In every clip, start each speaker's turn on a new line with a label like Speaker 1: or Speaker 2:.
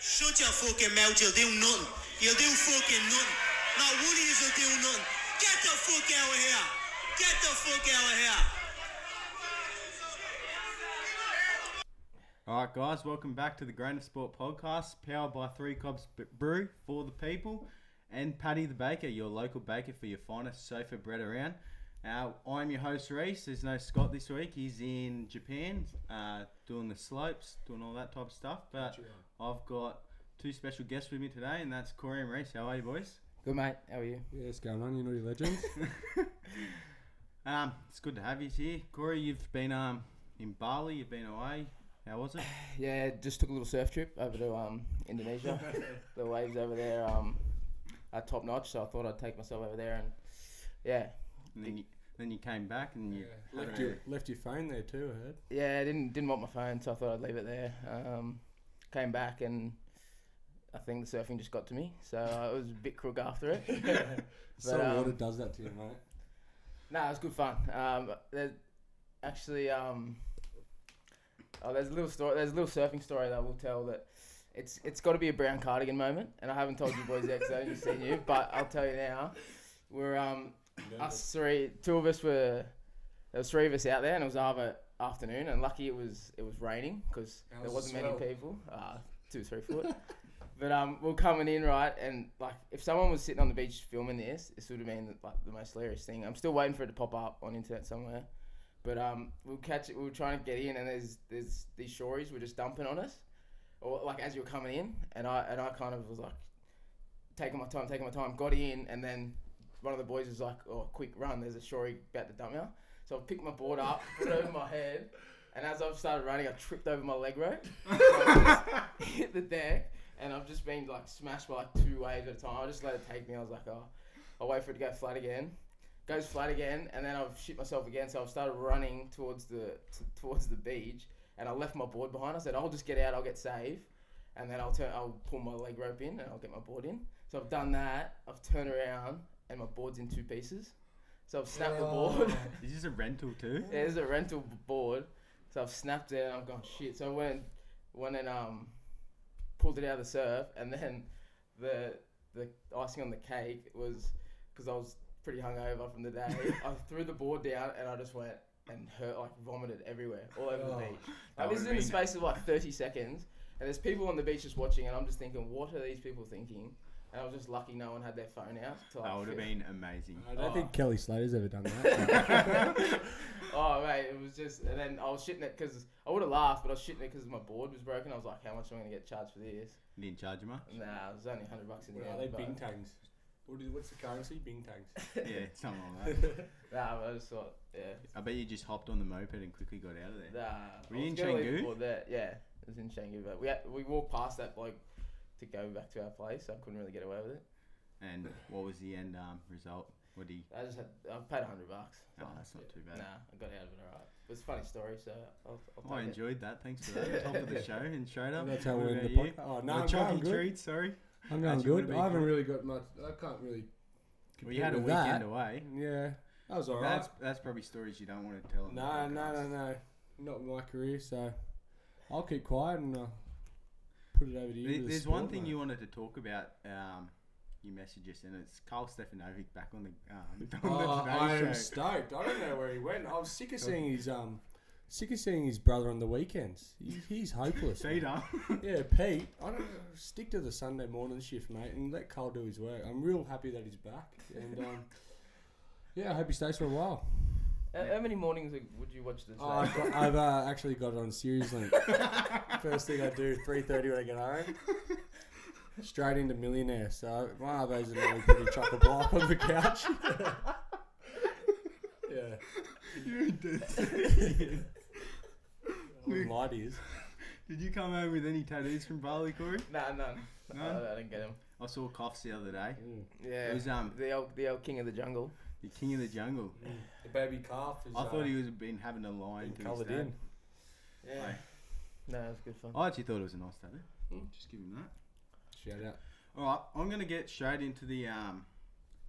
Speaker 1: Shut your fucking mouth, you'll do nothing. You'll do fucking nothing. Not one of you will do nothing. Get the fuck out of here. Get the fuck out of here.
Speaker 2: All right, guys, welcome back to the Grain of Sport podcast, powered by Three Cobs B- Brew for the people and Paddy the Baker, your local baker for your finest sofa bread around. Uh, I'm your host, Reese. There's no Scott this week. He's in Japan uh, doing the slopes, doing all that type of stuff. But I've got two special guests with me today, and that's Corey and Reese. How are you, boys?
Speaker 3: Good mate, how are you?
Speaker 4: Yeah, what's going on, you naughty legends?
Speaker 2: Um, it's good to have you here. Corey, you've been um, in Bali, you've been away. How was it?
Speaker 3: Yeah, just took a little surf trip over to um Indonesia. the waves over there um are top notch, so I thought I'd take myself over there and yeah,
Speaker 2: And then you, then you came back and you.
Speaker 4: left, your, left your phone there too, I heard.
Speaker 3: yeah, I didn't didn't want my phone, so I thought I'd leave it there. Um, came back and I think the surfing just got to me, so I was a bit crook after it.
Speaker 4: Salt
Speaker 3: um,
Speaker 4: water does that to you, mate.
Speaker 3: No, it was good fun. Um, there- actually, um, oh, there's a little story. There's a little surfing story that I will tell. That it's it's got to be a brown cardigan moment, and I haven't told you boys yet because I haven't seen you. But I'll tell you now. We're um, us three, two of us were. There was three of us out there, and it was either afternoon. And lucky it was it was raining because
Speaker 4: How
Speaker 3: there
Speaker 4: was the
Speaker 3: wasn't many
Speaker 4: swell?
Speaker 3: people. Uh, two three foot. But um, we're coming in right, and like if someone was sitting on the beach filming this, this would have been like the most hilarious thing. I'm still waiting for it to pop up on internet somewhere. But um, we'll catch it. We were trying to get in, and there's there's these shories were just dumping on us, or like as you were coming in, and I and I kind of was like taking my time, taking my time, got in, and then one of the boys was like, "Oh, quick run! There's a shory about to dump you." So I picked my board up, put it over my head, and as I've started running, I tripped over my leg rope, So I just hit the deck, and I've just been like smashed by like two waves at a time. I just let it take me. I was like, "Oh, I'll wait for it to go flat again." Goes flat again, and then I've shit myself again. So I've started running towards the t- towards the beach, and I left my board behind. I said, "I'll just get out. I'll get saved." and then I'll turn, I'll pull my leg rope in and I'll get my board in. So I've done that. I've turned around and my board's in two pieces. So I've snapped the board.
Speaker 2: Is this a rental too?
Speaker 3: There's a rental b- board, so I've snapped it and I'm going shit. So I went, went and um, pulled it out of the surf, and then the the icing on the cake was because I was pretty hungover from the day. I threw the board down and I just went and hurt like vomited everywhere all over the
Speaker 4: Oh,
Speaker 3: beach.
Speaker 2: that
Speaker 3: Like,
Speaker 2: would've
Speaker 3: this is in the
Speaker 2: been-
Speaker 3: space of like 30 seconds, and there's people on the beach just watching, and I'm just thinking, what are these people thinking? And I was just lucky no one had their phone out. to, like,
Speaker 2: That would have
Speaker 3: fi-
Speaker 2: been amazing.
Speaker 4: I don't
Speaker 3: Oh.
Speaker 4: think Kelly Slater's ever done that.
Speaker 3: Oh mate, it was just, and then I was shitting it because I would have laughed, but I was shitting it because my board was broken. I was like, how much am I gonna get charged for this?
Speaker 2: You didn't charge him much.
Speaker 3: Nah, it was only hundred bucks in the
Speaker 4: What
Speaker 3: end.
Speaker 4: are they
Speaker 3: but-
Speaker 4: Bing Tangs? What is, what's the currency? Bing Tangs.
Speaker 2: Yeah, something like that.
Speaker 3: Nah, but I just thought, yeah,
Speaker 2: I bet you just hopped on the moped and quickly got out of there.
Speaker 3: nah.
Speaker 2: Were
Speaker 3: I
Speaker 2: you
Speaker 3: was
Speaker 2: in
Speaker 3: gonna leave
Speaker 2: Canggu?
Speaker 3: before that, yeah, it was in Changu, but we had, we walked past that bloke to go back to our place. I couldn't really get away with it.
Speaker 2: And what was the end um, result? What do you?
Speaker 3: I just had, I paid hundred bucks.
Speaker 2: Oh,
Speaker 3: so,
Speaker 2: that's not too
Speaker 3: Nah,
Speaker 2: bad.
Speaker 3: I got out of it alright. It was a funny story, so I'll, I'll
Speaker 2: I
Speaker 3: take it.
Speaker 2: enjoyed that. Thanks for that. Top of the show and straight up.
Speaker 4: That's how
Speaker 2: What
Speaker 4: we
Speaker 2: about
Speaker 4: end the
Speaker 2: you?
Speaker 4: podcast. Oh, no,
Speaker 2: Oh,
Speaker 4: I'm
Speaker 2: chunky
Speaker 4: going good.
Speaker 2: treat. Sorry,
Speaker 4: I'm going
Speaker 2: Actually, would've
Speaker 4: good.
Speaker 2: been
Speaker 4: I haven't
Speaker 2: good.
Speaker 4: really got much. I can't really.
Speaker 2: we had a
Speaker 4: with
Speaker 2: weekend
Speaker 4: that.
Speaker 2: away.
Speaker 4: Yeah, that was alright.
Speaker 2: That's that's probably stories you don't want to tell. on the
Speaker 4: No, no,
Speaker 2: podcast.
Speaker 4: no, no. Not my career, so I'll keep quiet and I'll put it over to you.
Speaker 2: There-
Speaker 4: with the
Speaker 2: There's one
Speaker 4: sport,
Speaker 2: thing
Speaker 4: mate.
Speaker 2: you wanted to talk about. Um, you messaged us, and it's Carl Stefanovic back on the um, on the
Speaker 4: Oh,
Speaker 2: Today
Speaker 4: I
Speaker 2: show.
Speaker 4: am stoked. I don't know where he went. I was sick of seeing his um, sick of seeing his brother on the weekends. He, he's hopeless. mate.
Speaker 2: Peter.
Speaker 4: Yeah, Pete. I don't stick to the Sunday morning shift, mate, and let Cole do his work. I'm real happy that he's back, and um, yeah, I hope he stays for a while.
Speaker 3: How- How many mornings would you watch this?
Speaker 4: Oh, I've, got, I've uh, actually got it on Series Link. First thing I do, three thirty when I get home, straight into Millionaire. So my arbo's are normally pretty chock a block on the couch. yeah,
Speaker 2: you did.
Speaker 4: light is.
Speaker 2: Did you come home with any tattoos from Bali, Corey?
Speaker 3: Nah, none.
Speaker 2: None?
Speaker 3: I, I didn't get him.
Speaker 2: I saw coughs the other day.
Speaker 4: Mm.
Speaker 3: Yeah,
Speaker 2: It was um
Speaker 3: the old the old king of the jungle.
Speaker 2: the king of the jungle.
Speaker 4: The baby calf is.
Speaker 2: I thought he was been having a line to his
Speaker 4: uh, coloured
Speaker 2: dad.
Speaker 4: in.
Speaker 3: Yeah.
Speaker 2: Like-
Speaker 3: No, it was good fun.
Speaker 2: I actually thought it was a nice tattoo.
Speaker 4: Hmm.
Speaker 2: Just give him that.
Speaker 4: Shout out.
Speaker 2: All right, I'm gonna get straight into the um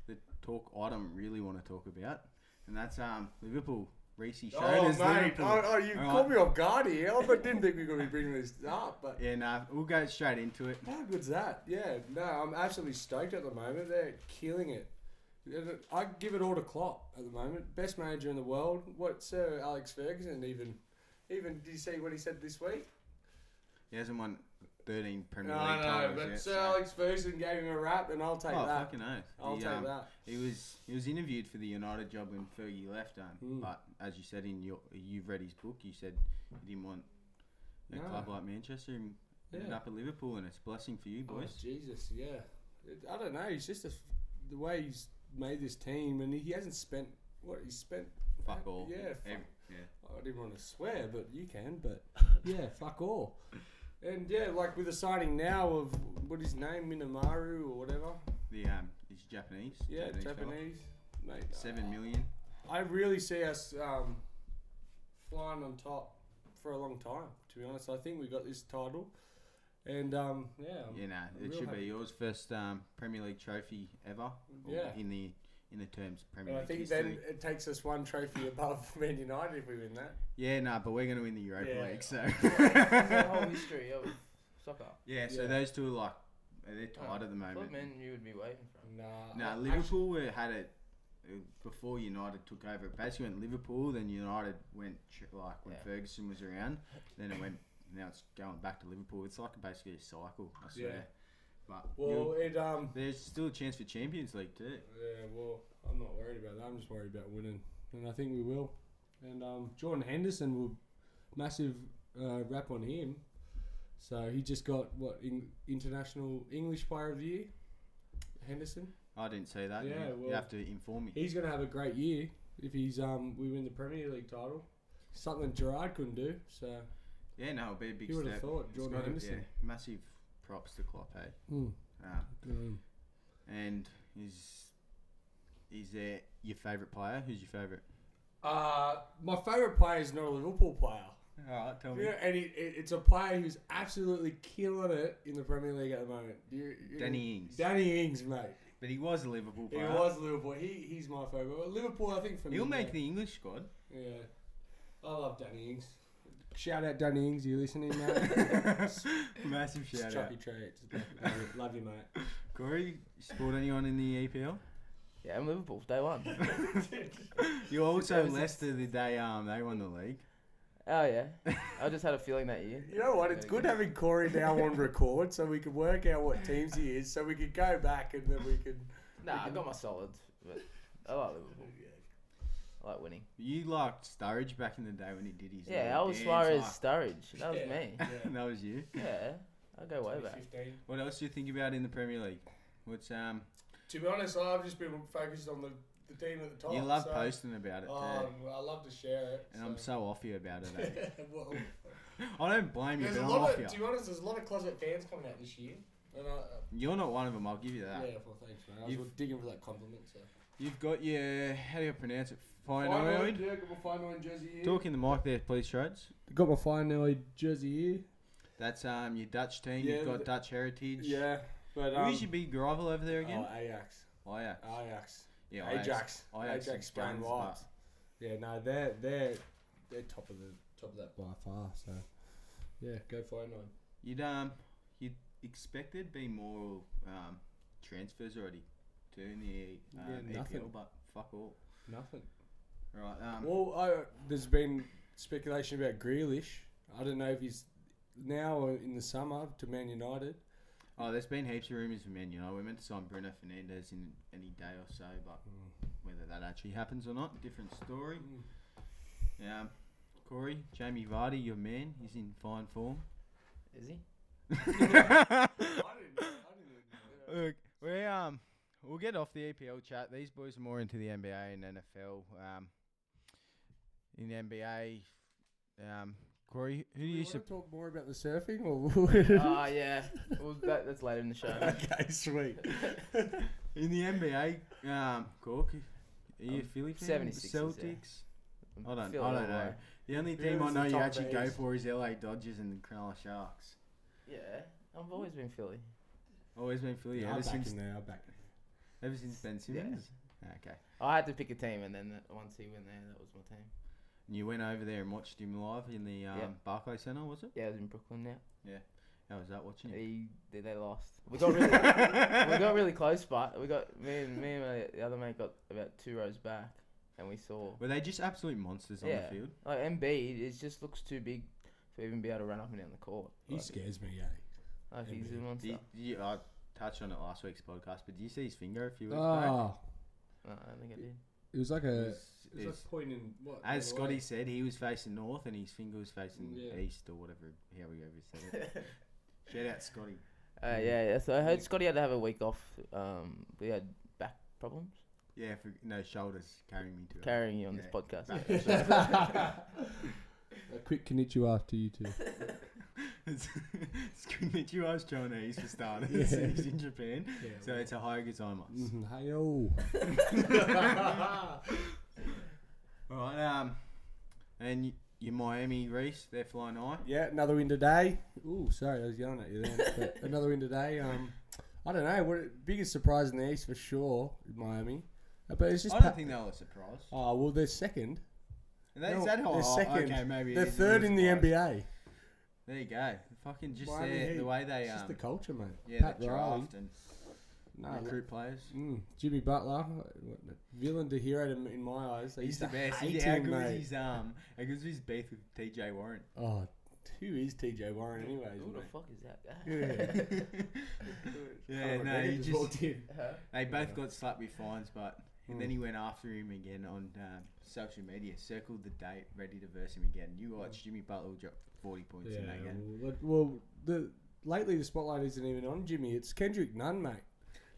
Speaker 2: the talk item really want to talk about, and that's um Liverpool Reese
Speaker 4: Oh,
Speaker 2: Shoulders.
Speaker 4: mate.
Speaker 2: Liverpool.
Speaker 4: Oh, oh, you
Speaker 2: All
Speaker 4: caught
Speaker 2: right.
Speaker 4: me off guard here. I didn't think we were going to be bringing this up, but
Speaker 2: Yeah, nah, we'll go straight into it.
Speaker 4: How good's that? Yeah, no, I'm absolutely stoked at the moment. They're killing it. I give it all to Klopp at the moment. Best manager in the world. What Sir Alex Ferguson even? Even did you see what he said this week?
Speaker 2: He hasn't won 13 Premier
Speaker 4: No,
Speaker 2: League
Speaker 4: no,
Speaker 2: titles
Speaker 4: but
Speaker 2: yet.
Speaker 4: Sir
Speaker 2: so-
Speaker 4: Alex Ferguson gave him a rap, and I'll take
Speaker 2: oh,
Speaker 4: that.
Speaker 2: fucking oath.
Speaker 4: I'll
Speaker 2: He,
Speaker 4: take
Speaker 2: um,
Speaker 4: that.
Speaker 2: He was he was interviewed for the United job when Fergie left, um,
Speaker 4: Mm.
Speaker 2: but as you said in your you've read his book, you said you didn't want a
Speaker 4: No.
Speaker 2: club like Manchester and ended
Speaker 4: Yeah.
Speaker 2: up at Liverpool, and it's a blessing for you
Speaker 4: Oh,
Speaker 2: boys.
Speaker 4: Jesus, yeah. It, I don't know. He's just a f the way he's made this team, and he hasn't spent what he's spent.
Speaker 2: fuck all.
Speaker 4: Yeah, fuck
Speaker 2: Ev- yeah.
Speaker 4: I didn't want to swear, but you can. But yeah, fuck all. And yeah, like with the signing now of what his name Minamaru or whatever.
Speaker 2: The um, he's Japanese.
Speaker 4: Yeah, Japanese, Ah.
Speaker 2: fella.
Speaker 4: mate.
Speaker 2: Seven million.
Speaker 4: I really see us um, flying on top for a long time. To be honest, I think we got this title, and um, yeah, I'm-
Speaker 2: Yeah, nah,
Speaker 4: I'm
Speaker 2: it
Speaker 4: real
Speaker 2: should
Speaker 4: happy.
Speaker 2: be yours first um, Premier League trophy ever. or
Speaker 4: Yeah.
Speaker 2: In the in the terms Premier
Speaker 4: And I
Speaker 2: League
Speaker 4: think
Speaker 2: history.
Speaker 4: then it takes us one trophy above Man United if we win that.
Speaker 2: Yeah, nah, but we're gonna win the Europa
Speaker 4: Yeah.
Speaker 2: League, so.
Speaker 3: the whole history of soccer.
Speaker 2: yeah, so
Speaker 4: Yeah.
Speaker 2: those two are like they're tied at the
Speaker 3: I
Speaker 2: moment.
Speaker 3: thought men you would be waiting for.
Speaker 4: Nah,
Speaker 2: Now
Speaker 4: I-
Speaker 2: Liverpool were, had it uh, before United took over. It basically went Liverpool, then United went tr- like when
Speaker 3: Yeah.
Speaker 2: Ferguson was around. Then it went. Now it's going back to Liverpool. It's like basically a cycle. I swear.
Speaker 4: Yeah.
Speaker 2: But
Speaker 4: Well,
Speaker 2: you-
Speaker 4: it um,
Speaker 2: there's still a chance for Champions League too.
Speaker 4: Yeah, well, I'm not worried about that. I'm just worried about winning, and I think we will. And um, Jordan Henderson will massive uh, rap on him. So he just got what in, international English Player of the Year, Henderson.
Speaker 2: I didn't see that.
Speaker 4: Yeah,
Speaker 2: you, you
Speaker 4: well-
Speaker 2: have to inform me.
Speaker 4: He's gonna have a great year if he's um we win the Premier League title. Something Gerard couldn't do. So
Speaker 2: yeah, no, it'll be a big
Speaker 4: You
Speaker 2: step.
Speaker 4: would've thought
Speaker 2: It's
Speaker 4: Jordan
Speaker 2: gotta-
Speaker 4: Henderson.
Speaker 2: yeah, massive props to Klopp, eh? Um,
Speaker 4: Mm.
Speaker 2: and is is there your favourite player? Who's your favourite?
Speaker 4: uh, my favourite player is not a Liverpool player.
Speaker 2: All right, tell
Speaker 4: Yeah, and he, it- it's a player who's absolutely killing it in the Premier League at the moment. You- you-
Speaker 2: Danny Ings.
Speaker 4: Danny Ings, mate.
Speaker 2: But he was a Liverpool
Speaker 4: He
Speaker 2: player.
Speaker 4: was Liverpool. He he's my favourite. Well, Liverpool, I think for
Speaker 2: He'll
Speaker 4: me.
Speaker 2: make the English squad.
Speaker 4: Yeah, I love Danny Ings. Shout out Danny Ings. You listening, mate?
Speaker 2: Massive
Speaker 4: Just
Speaker 2: shout out.
Speaker 4: chuck your traits. Love you- Love you, mate.
Speaker 2: Corey, you support anyone in the E EPL?
Speaker 3: Yeah, I'm Liverpool, day one.
Speaker 2: You also
Speaker 3: That was it.
Speaker 2: Leicester the day um they won the league.
Speaker 3: oh yeah, I just had a feeling that year.
Speaker 4: You know what? It's good having Corey now on record, so we can work out what teams he is, so we could go back and then we could.
Speaker 3: Nah, I got my solids, but I like Liverpool. I like winning.
Speaker 2: You liked Sturridge back in the day when he did his
Speaker 3: Yeah, I
Speaker 2: little
Speaker 3: was
Speaker 2: dance,
Speaker 3: Suarez
Speaker 2: like-
Speaker 3: Sturridge. That was me.
Speaker 2: that was you.
Speaker 3: Yeah, I go way back.
Speaker 2: What else do you think about in the Premier League? What's um
Speaker 4: To be honest, I've just been focused on the, the team at the top.
Speaker 2: you love
Speaker 4: Oh, so,
Speaker 2: posting about it too.
Speaker 4: Um, I love to share it.
Speaker 2: And I'm so off you about it. eh?
Speaker 4: well,
Speaker 2: I don't blame you,
Speaker 4: There's
Speaker 2: but
Speaker 4: a
Speaker 2: I'm
Speaker 4: lot
Speaker 2: off
Speaker 4: of, to
Speaker 2: you.
Speaker 4: be honest, there's a lot of closet fans coming out this year. And I, uh,
Speaker 2: You're not one of them. I'll give you
Speaker 4: yeah,
Speaker 2: that.
Speaker 4: well, thanks, man. I was
Speaker 2: You've-
Speaker 4: digging for that compliment. So.
Speaker 2: You've got your how do you pronounce it? Finoid.
Speaker 4: yeah, got my finoid jersey here.
Speaker 2: Talking the mic there, please, Shreds.
Speaker 4: Got my finoid jersey here.
Speaker 2: That's um your Dutch team.
Speaker 4: Yeah,
Speaker 2: You've got
Speaker 4: but-
Speaker 2: Dutch heritage.
Speaker 4: Yeah, but um,
Speaker 2: Who is your big rival over there again?
Speaker 4: Oh, Ajax,
Speaker 2: Oh, yeah.
Speaker 4: Ajax,
Speaker 2: Yeah,
Speaker 4: Ajax, Ajax,
Speaker 2: Ajax,
Speaker 4: going
Speaker 2: explains
Speaker 4: wild.
Speaker 2: that.
Speaker 4: Yeah, no, they're they're they're top of the top of that by far. So yeah, go finoid.
Speaker 2: You'd um, you'd expect there'd be more um transfers already doing the um,
Speaker 4: Yeah, nothing.
Speaker 2: EPL, but fuck all.
Speaker 4: Nothing.
Speaker 2: Right. Um.
Speaker 4: Well, I, there's been speculation about Grealish. I don't know if he's now or in the summer to Man United.
Speaker 2: Oh, there's been heaps of rumours for Man United. We're meant to sign Bruno Fernandez in any day or so, but whether that actually happens or not, different story. Um, Corey, Jamie Vardy, your man, he's in fine form.
Speaker 3: Is he?
Speaker 2: Look, we um, we'll get off the EPL chat. These boys are more into the NBA and NFL. Um, in the NBA, um, Corey, who do you Uh, support?
Speaker 4: talk more about the surfing or?
Speaker 3: Ah yeah. Well, that, that's later in the show.
Speaker 4: okay, sweet.
Speaker 2: In the NBA, um, Cork, are you a
Speaker 3: Um,
Speaker 2: Philly fan?
Speaker 3: 76ers, yeah.
Speaker 2: Celtics. I don't, I
Speaker 3: Feel it all
Speaker 2: don't know.
Speaker 3: right.
Speaker 2: The only
Speaker 4: Who
Speaker 2: team I
Speaker 4: is the
Speaker 2: know you
Speaker 4: top
Speaker 2: actually go
Speaker 4: base?
Speaker 2: for is LA Dodgers and the Cronulla Sharks.
Speaker 3: Yeah, I've always been Philly.
Speaker 2: Always been Philly
Speaker 4: Yeah,
Speaker 2: ever
Speaker 4: I'm back
Speaker 2: since
Speaker 4: in there. I'm back.
Speaker 2: ever since Ben Simmons. Okay.
Speaker 3: I had to pick a team, and then that- once he went there, that was my team.
Speaker 2: And you went over there and watched him live in the um,
Speaker 3: Yeah.
Speaker 2: Barclay Centre, was it?
Speaker 3: Yeah, it was in Brooklyn now.
Speaker 2: How was that
Speaker 4: Hmm.
Speaker 2: watching it?
Speaker 3: He, they, they lost. We got really, we got really close, but we got me and me and my, the other mate got about two rows back, and we saw
Speaker 2: Were they just absolute monsters on
Speaker 3: Yeah.
Speaker 2: the field?
Speaker 3: like Embiid. It just looks too big to even be able to run up and down the court.
Speaker 4: He
Speaker 3: Like,
Speaker 4: scares me, eh?
Speaker 3: like, he's a
Speaker 4: Embiid.
Speaker 2: Do
Speaker 3: monster.
Speaker 2: you, do you- I touched on it last week's podcast, but do you see his finger a few weeks back?
Speaker 4: Oh,
Speaker 3: No, I don't think I did.
Speaker 4: it was like
Speaker 2: It
Speaker 4: a.
Speaker 2: was- it was-
Speaker 4: pointing what?
Speaker 2: as Scotty said, he was facing north and his finger was facing
Speaker 4: Yeah.
Speaker 2: east or whatever, however you ever said it. Shout out Scotty.
Speaker 3: Uh, yeah, yeah. So I heard Scotty had to have a week off. Um, we had back problems
Speaker 2: Yeah, for, no, shoulders carrying me to it.
Speaker 3: carrying you on
Speaker 2: Yeah.
Speaker 3: this podcast.
Speaker 2: Back.
Speaker 4: A quick konnichiwa after you two.
Speaker 2: it's it's good that you asked Chinese for starters.
Speaker 4: Yeah.
Speaker 2: He's in Japan.
Speaker 4: Yeah,
Speaker 2: So it's a high gazaimasu.
Speaker 4: Mhm, Heyo. mm-hmm.
Speaker 2: All right. Um, and y- your Miami Reese, they're flying high.
Speaker 4: Yeah, another win today. Ooh, sorry, I was yelling at you then. But another win today. Um, I don't know. What biggest surprise in the East for sure, Miami. Uh, But it's just.
Speaker 2: I don't
Speaker 4: pa-
Speaker 2: think they were surprised.
Speaker 4: oh well, they're second.
Speaker 2: Is that,
Speaker 4: No,
Speaker 2: is that how?
Speaker 4: they're
Speaker 2: oh,
Speaker 4: second.
Speaker 2: Okay, maybe it
Speaker 4: They're
Speaker 2: is a
Speaker 4: third
Speaker 2: little
Speaker 4: in the
Speaker 2: surprise.
Speaker 4: NBA.
Speaker 2: There you go. Fucking just
Speaker 4: Miami
Speaker 2: their,
Speaker 4: Heat.
Speaker 2: the way they
Speaker 4: It's
Speaker 2: um,
Speaker 4: just the culture, mate.
Speaker 2: yeah,
Speaker 4: Pat
Speaker 2: they
Speaker 4: Riley. Ah,
Speaker 2: draft and
Speaker 4: No,
Speaker 2: recruit players.
Speaker 4: Mm, Jimmy Butler, what- villain to hero to, in my eyes. I
Speaker 2: He's
Speaker 4: used
Speaker 2: the
Speaker 4: to
Speaker 2: best.
Speaker 4: hate
Speaker 2: He, how
Speaker 4: him,
Speaker 2: good was
Speaker 4: mate.
Speaker 2: his um? How good was his beef with TJ Warren?
Speaker 4: Oh, who is TJ Warren, anyways?
Speaker 3: Who the
Speaker 4: mate?
Speaker 3: fuck is that guy?
Speaker 4: Yeah.
Speaker 2: yeah,
Speaker 4: Can't
Speaker 2: no,
Speaker 4: remember,
Speaker 2: he
Speaker 4: just
Speaker 2: just
Speaker 4: walked in.
Speaker 2: They both
Speaker 4: Yeah. Hmm.
Speaker 2: got slapped with fines, but and then he went after him again on um, social media, circled the date, ready to verse him again. You watch
Speaker 4: Hmm.
Speaker 2: Jimmy Butler drop forty points in that game.
Speaker 4: well, look- well, the lately the spotlight isn't even on Jimmy. It's Kendrick Nunn, mate.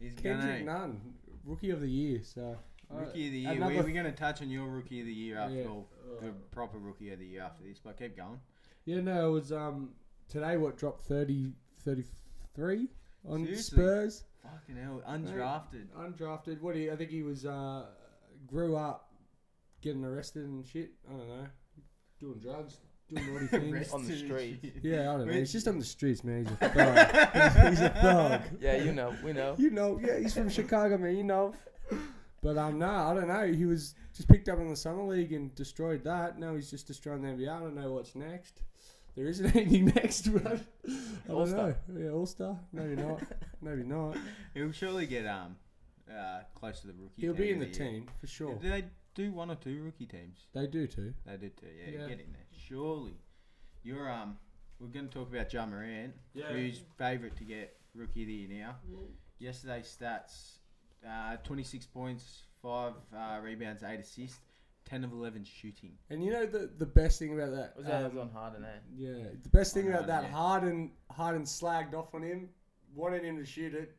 Speaker 2: He's
Speaker 4: Kendrick
Speaker 2: gonna
Speaker 4: Nunn, rookie of the year. So
Speaker 2: eh? rookie of the year.
Speaker 4: Another
Speaker 2: We're, we're gonna touch on your rookie of the year after
Speaker 4: Yeah.
Speaker 2: all, the proper rookie of the year after this. But keep going.
Speaker 4: Uh, Yeah, no, it was um today. What dropped 30, 33 on
Speaker 2: Seriously?
Speaker 4: Spurs,
Speaker 2: Fucking hell, undrafted.
Speaker 4: undrafted. What do you? I think he was uh grew up, getting arrested and shit. I don't know, doing drugs, doing naughty things.
Speaker 2: Arrested
Speaker 3: On the
Speaker 2: and
Speaker 3: street.
Speaker 2: shit.
Speaker 4: yeah, I don't know.
Speaker 2: Rich.
Speaker 4: He's just on the streets, man. He's a thug. he's a thug.
Speaker 3: yeah, you know, we know.
Speaker 4: You know, yeah, he's from Chicago, man. You know. But um, no, I don't know. He was just picked up in the summer league and destroyed that. Now he's just destroying the NBA. I don't know what's next. There isn't anything next, but I don't know.
Speaker 3: All-Star.
Speaker 4: Yeah, All Star. Maybe not. Maybe not.
Speaker 2: He'll surely get um uh close to the rookie.
Speaker 4: He'll be
Speaker 2: team
Speaker 4: in the
Speaker 2: of year.
Speaker 4: team for sure.
Speaker 2: Do they do one or two rookie teams?
Speaker 4: They do too.
Speaker 2: They did too. Yeah,
Speaker 4: Yeah.
Speaker 2: get in there. Surely, you're um. We're going to talk about Ja Morant,
Speaker 4: Yeah.
Speaker 2: who's favourite to get rookie of the year now. Yesterday's stats: uh, 26 points, five uh, rebounds, eight assists, 10 of 11 shooting.
Speaker 4: And you know the the best thing about that.
Speaker 3: Was that
Speaker 4: um,
Speaker 3: was on Harden, eh?
Speaker 4: Yeah, the best thing
Speaker 2: On
Speaker 4: about that
Speaker 2: Harden, yeah.
Speaker 4: Harden Harden slagged off on him, wanted him to shoot it.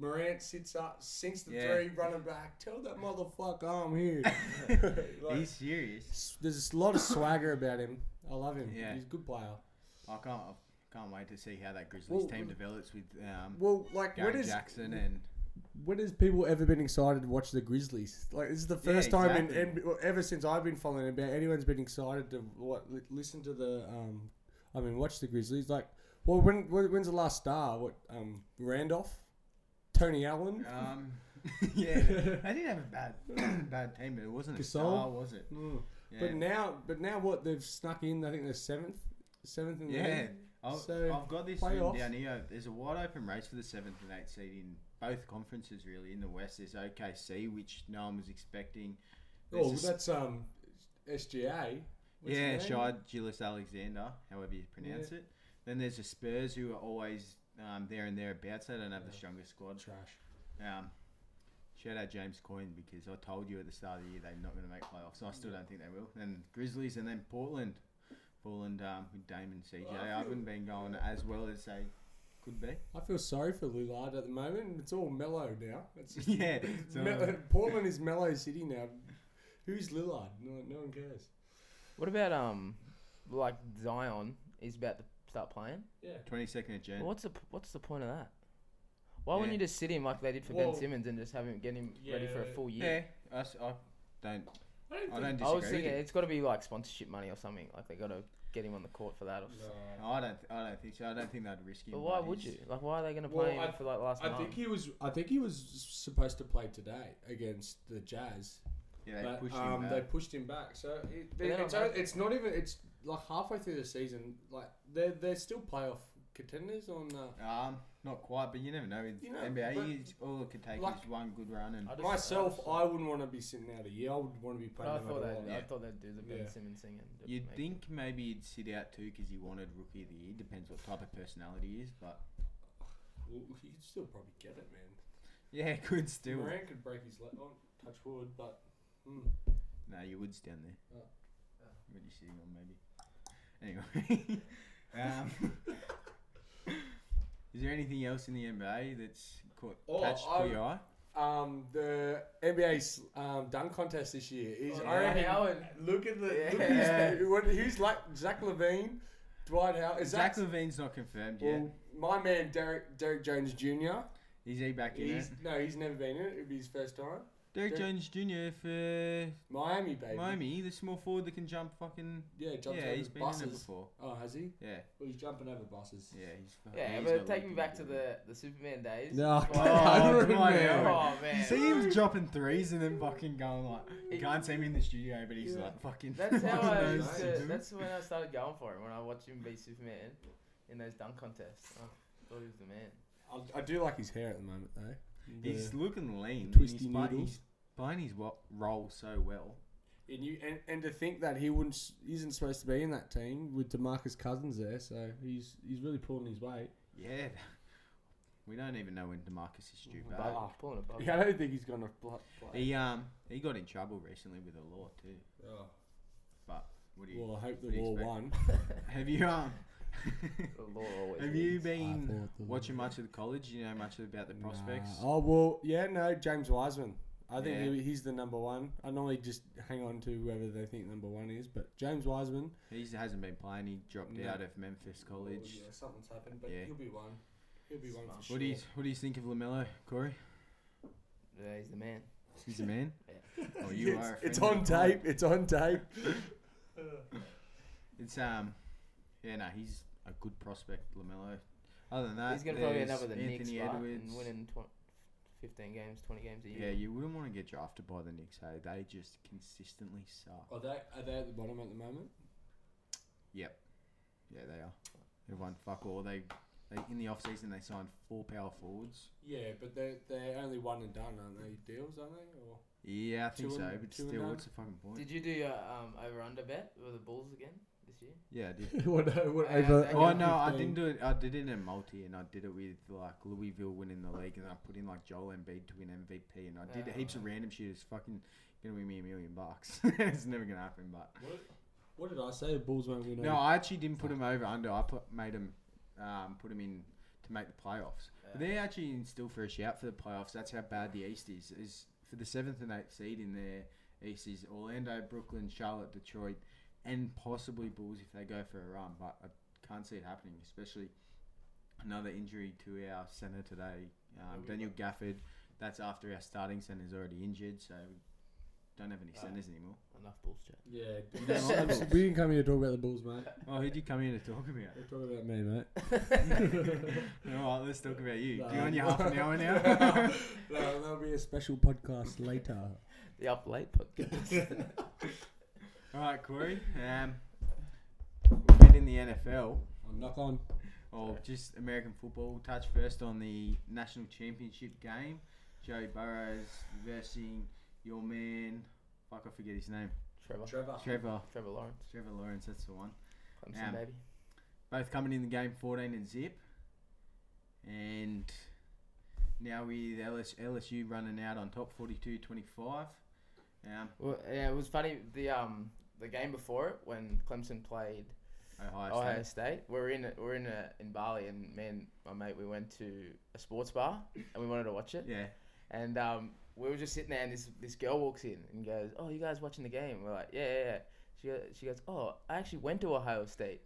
Speaker 4: Morant sits up, sinks the
Speaker 2: Yeah.
Speaker 4: three, running back. Tell that motherfucker I'm here. Like,
Speaker 2: He's serious.
Speaker 4: s- there's a lot of swagger about him. I love him.
Speaker 2: Yeah.
Speaker 4: He's a good player.
Speaker 2: I can't. I can't wait to see how that Grizzlies
Speaker 4: Well,
Speaker 2: team
Speaker 4: well-
Speaker 2: develops with um,
Speaker 4: Well, like
Speaker 2: Gary
Speaker 4: when is
Speaker 2: Jackson and
Speaker 4: when has people ever been excited to watch the Grizzlies? Like this is the
Speaker 2: Yeah,
Speaker 4: first time in,
Speaker 2: exactly.
Speaker 4: in well, ever since I've been following about anyone's been excited to what li- listen to the um, I mean watch the Grizzlies. Like, well, when, when when's the last star? What um, Randolph, Tony Allen,
Speaker 2: um, yeah, they didn't have a bad bad team, but it wasn't a
Speaker 4: Gasol?
Speaker 2: star, was it?
Speaker 4: Mm.
Speaker 2: Yeah.
Speaker 4: But now, but now what they've snuck in? I think they're seventh, seventh in the
Speaker 2: Yeah.
Speaker 4: league.
Speaker 2: I'll,
Speaker 4: So,
Speaker 2: I've got this written
Speaker 4: playoffs.
Speaker 2: down here. There's a wide open race for the seventh and eighth seed in both conferences, really. In the West, there's OKC, which no one was expecting. There's
Speaker 4: Oh,
Speaker 2: a s-
Speaker 4: that's um, SGA. What's
Speaker 2: yeah,
Speaker 4: his name?
Speaker 2: Shai Gillis Alexander, however you pronounce it. Then there's the Spurs, who are always um, there and thereabouts. They don't have the strongest squad.
Speaker 4: Trash.
Speaker 2: Um, shout out James Coyne because I told you at the start of the year they're not going to make playoffs. and I still don't think they will. And Grizzlies and then Portland. Portland um, with Damon CJ.
Speaker 4: Well, I
Speaker 2: I
Speaker 4: feel-
Speaker 2: haven't been going as well as they could be.
Speaker 4: I feel sorry for Lillard at the moment. It's all mellow now. It's just
Speaker 2: yeah. uh, so-
Speaker 4: Mel- Portland is mellow city now. Who's Lillard? No, no one cares.
Speaker 3: What about um, like Zion is about to start playing?
Speaker 4: Yeah.
Speaker 2: 22nd of June.
Speaker 3: What's the what's the point of that? Why wouldn't
Speaker 2: Yeah.
Speaker 3: you just sit him like they did for
Speaker 4: Well-
Speaker 3: Ben Simmons and just have him get him ready for a
Speaker 4: Yeah.
Speaker 3: full year?
Speaker 2: Yeah, I, s- I don't. I don't
Speaker 3: I was
Speaker 2: disagree.
Speaker 3: thinking
Speaker 2: with
Speaker 3: it's got to be like sponsorship money or something. Like they got to get him on the court for that. Or something.
Speaker 2: you. I don't. th- I don't think so. I don't think they'd risk him.
Speaker 3: But why
Speaker 2: but
Speaker 3: would
Speaker 2: he's-
Speaker 3: you? Like why are they going to
Speaker 4: Well,
Speaker 3: play him
Speaker 4: I-
Speaker 3: for like last
Speaker 4: I
Speaker 3: month?
Speaker 4: think he was. I think he was supposed to play today against the Jazz,
Speaker 2: Yeah, they
Speaker 4: but
Speaker 2: pushed
Speaker 4: um,
Speaker 2: him uh,
Speaker 4: they
Speaker 2: back.
Speaker 4: pushed him back. So it,
Speaker 3: But they're
Speaker 4: it's,
Speaker 3: not
Speaker 4: o-
Speaker 3: happy.
Speaker 4: it's not even. It's like halfway through the season. Like they're they're still playoff contenders on. Uh,
Speaker 2: Um, not quite, but you never know. With
Speaker 4: You know,
Speaker 2: NBA,
Speaker 4: but-
Speaker 2: you- all it could take
Speaker 4: like-
Speaker 2: is one good run, and
Speaker 5: I just-
Speaker 4: myself, I
Speaker 5: I
Speaker 4: wouldn't want to be sitting out a year. I would want to be
Speaker 5: But
Speaker 4: playing.
Speaker 5: I
Speaker 4: no
Speaker 5: thought
Speaker 4: matter
Speaker 5: they'd,
Speaker 4: what.
Speaker 5: I
Speaker 2: Yeah.
Speaker 5: thought they'd do the Ben
Speaker 4: Yeah.
Speaker 5: Simmons thing. And
Speaker 2: you'd
Speaker 5: maybe-
Speaker 2: think maybe he'd sit out too because he wanted Rookie of the Year. Depends what type of personality he is, but
Speaker 4: Well, you could still probably get it, man.
Speaker 2: yeah, good still.
Speaker 4: Durant could break his leg. Oh, touch wood, but mm,
Speaker 2: No, your wood's down there.
Speaker 4: Oh.
Speaker 2: What are you sitting on, maybe? Anyway. um, is there anything else in the NBA that's caught,
Speaker 4: Oh,
Speaker 2: catched
Speaker 4: I-
Speaker 2: your eye?
Speaker 4: um, the NBA's um, dunk contest this year is.
Speaker 3: Oh,
Speaker 4: I reckon-
Speaker 3: Dwight Howard.
Speaker 4: Look at the. Look
Speaker 3: Yeah.
Speaker 4: at who's, what- who's like Zach Levine, Dwight Howard. Is
Speaker 2: Zach
Speaker 4: that,
Speaker 2: Levine's not confirmed yet.
Speaker 4: well, my man Derek Derek Jones Jr.
Speaker 2: is he back in it?
Speaker 4: He's no, he's never been in it. It'd be his first time.
Speaker 2: Derek
Speaker 4: Derek-
Speaker 2: Jones Jr. for
Speaker 4: Miami, baby.
Speaker 2: Miami, the small forward that can jump fucking.
Speaker 4: Yeah, jumped
Speaker 2: Yeah,
Speaker 4: over
Speaker 2: he's been in it
Speaker 4: buses.
Speaker 2: before.
Speaker 4: Oh, has he?
Speaker 2: Yeah,
Speaker 4: Well, he's jumping over buses.
Speaker 2: yeah, he's fucking.
Speaker 3: Yeah,
Speaker 2: he's
Speaker 3: but
Speaker 2: not
Speaker 3: take me
Speaker 2: looking
Speaker 3: back to
Speaker 2: good.
Speaker 3: the, the Superman days.
Speaker 4: No,
Speaker 3: Oh,
Speaker 2: Oh,
Speaker 4: Come
Speaker 2: come on,
Speaker 4: man.
Speaker 2: Howard.
Speaker 3: Oh man,
Speaker 2: You see him dropping threes and then fucking going like, you
Speaker 3: It-
Speaker 2: can't see him in the studio, but he's
Speaker 4: Yeah.
Speaker 2: like fucking.
Speaker 3: that's how
Speaker 2: fucking
Speaker 3: I
Speaker 4: Those
Speaker 3: used
Speaker 4: days,
Speaker 3: to,
Speaker 2: dude.
Speaker 3: That's when I started going for it when I watched him be Superman in those dunk contests. Oh, I thought he was the man.
Speaker 4: I, I do like his hair at the moment, though.
Speaker 2: He's looking lean.
Speaker 4: twisty
Speaker 2: he's playing,
Speaker 4: noodles.
Speaker 2: he's playing his wa- role so well.
Speaker 4: And you and, and to think that he wouldn't s- isn't supposed to be in that team with Demarcus Cousins there, so he's he's really pulling his weight.
Speaker 2: Yeah. We don't even know when Demarcus is due back.
Speaker 4: But- uh,
Speaker 3: Oh, pulling a bubble.
Speaker 4: Yeah, I don't think he's gonna pl- play.
Speaker 2: He um he got in trouble recently with the law too.
Speaker 4: Oh.
Speaker 2: But what do you
Speaker 4: Well, I hope the
Speaker 2: what do you
Speaker 4: war
Speaker 2: expect?
Speaker 4: won.
Speaker 2: have you um
Speaker 3: The law always
Speaker 2: have you
Speaker 3: wins.
Speaker 2: been
Speaker 4: thought the-
Speaker 2: watching much of the college? You know much about the prospects?
Speaker 4: Nah. Oh well, yeah, no, James Wiseman. I think
Speaker 2: Yeah.
Speaker 4: he, he's the number one. I normally just hang on to whoever they think number one is, but James Wiseman.
Speaker 2: He hasn't been playing. He dropped
Speaker 4: No.
Speaker 2: out of Memphis
Speaker 4: Oh,
Speaker 2: College.
Speaker 4: something's happened,
Speaker 2: but Yeah. he'll
Speaker 4: be one. He'll be
Speaker 3: one for
Speaker 2: What do you what do you think of Lamelo, Corey?
Speaker 3: Yeah, he's the man.
Speaker 2: He's a man. Oh, you
Speaker 4: it's,
Speaker 2: are. a
Speaker 4: it's
Speaker 2: friend
Speaker 4: on
Speaker 2: of the pod.
Speaker 4: tape. It's on tape.
Speaker 2: It's um, yeah, no, he's a good prospect, Lamelo. Other than that,
Speaker 3: he's gonna probably end
Speaker 2: there's
Speaker 3: up with the
Speaker 2: Anthony
Speaker 3: Knicks, right?
Speaker 2: Edwards.
Speaker 3: And winning tw- 15 games, 20 games a year.
Speaker 2: Yeah, you wouldn't want to get drafted by the Knicks. Hey, they just consistently suck.
Speaker 4: Are they are they at the bottom at the moment?
Speaker 2: Yeah, they are. They've won fuck all. They, they in the off season they signed four power forwards.
Speaker 4: Yeah, but they they're only one and done, aren't they? Deals, aren't they? Or
Speaker 2: Yeah, I think
Speaker 4: Two
Speaker 2: so.
Speaker 4: and-
Speaker 2: but
Speaker 4: two and
Speaker 2: still,
Speaker 4: done?
Speaker 2: what's the fucking point?
Speaker 3: Did you do your um, over under bet with the Bulls again this year?
Speaker 2: yeah, I did.
Speaker 4: what, uh, what,
Speaker 3: I-
Speaker 4: over,
Speaker 3: I-
Speaker 2: Oh
Speaker 4: over
Speaker 2: no, I
Speaker 4: 15?
Speaker 2: didn't do it. I did it in multi, and I did it with like Louisville winning the league, and I put in like Joel Embiid to win MVP, and I did
Speaker 3: Ah,
Speaker 2: heaps of
Speaker 3: right.
Speaker 2: random shit. It's fucking gonna win me a million bucks. it's never gonna happen, but
Speaker 4: What, what did I say? The Bulls won't win.
Speaker 2: no, I actually didn't put him over under. I put, made him um, put him in to make the playoffs. But they're actually in still for a shout for the playoffs. That's how bad the East is. Is for the seventh and eighth seed in their East is Orlando, Brooklyn, Charlotte, Detroit, and possibly Bulls if they go for a run. But I can't see it happening, especially another injury to our center today, um,
Speaker 3: we-
Speaker 2: Daniel Gafford. That's after our starting center is already injured, so we don't have any
Speaker 3: Ah.
Speaker 2: centers anymore.
Speaker 3: Enough Bulls chat.
Speaker 4: Yeah,
Speaker 2: They're not the Bulls.
Speaker 4: we didn't come here to talk about the Bulls, mate.
Speaker 2: Oh, who'd you come here to talk about?
Speaker 4: We're talking about me, mate.
Speaker 2: All right, let's talk about you. Do you
Speaker 4: No.
Speaker 2: want your half an hour now?
Speaker 4: No, there'll be a special podcast later.
Speaker 3: The up late podcast.
Speaker 2: All right, Corey. Um, we'll get in the NFL
Speaker 4: I'll knock on.
Speaker 2: or just American football. We'll touch first on the national championship game. Joe Burrows versing your man. Fuck, I forget his name.
Speaker 3: Trevor.
Speaker 4: Trevor.
Speaker 2: Trevor.
Speaker 3: Trevor Lawrence.
Speaker 2: Trevor Lawrence. That's the one.
Speaker 3: Clemson,
Speaker 2: Um,
Speaker 3: baby.
Speaker 2: Both coming in the game 14 and zip. And now with LS- LSU running out on top 42-25. Um,
Speaker 3: Well, yeah, it was funny. The um the game before it when Clemson played
Speaker 2: Ohio,
Speaker 3: Ohio
Speaker 2: State.
Speaker 3: State, we were in a, we were in a, in Bali, and me and my mate we went to a sports bar and we wanted to watch it.
Speaker 2: Yeah.
Speaker 3: And um, we were just sitting there, and this this girl walks in and goes, "Oh, you guys watching the game?" We're like, "Yeah, yeah." yeah. She go, she goes, "Oh, I actually went to Ohio State,"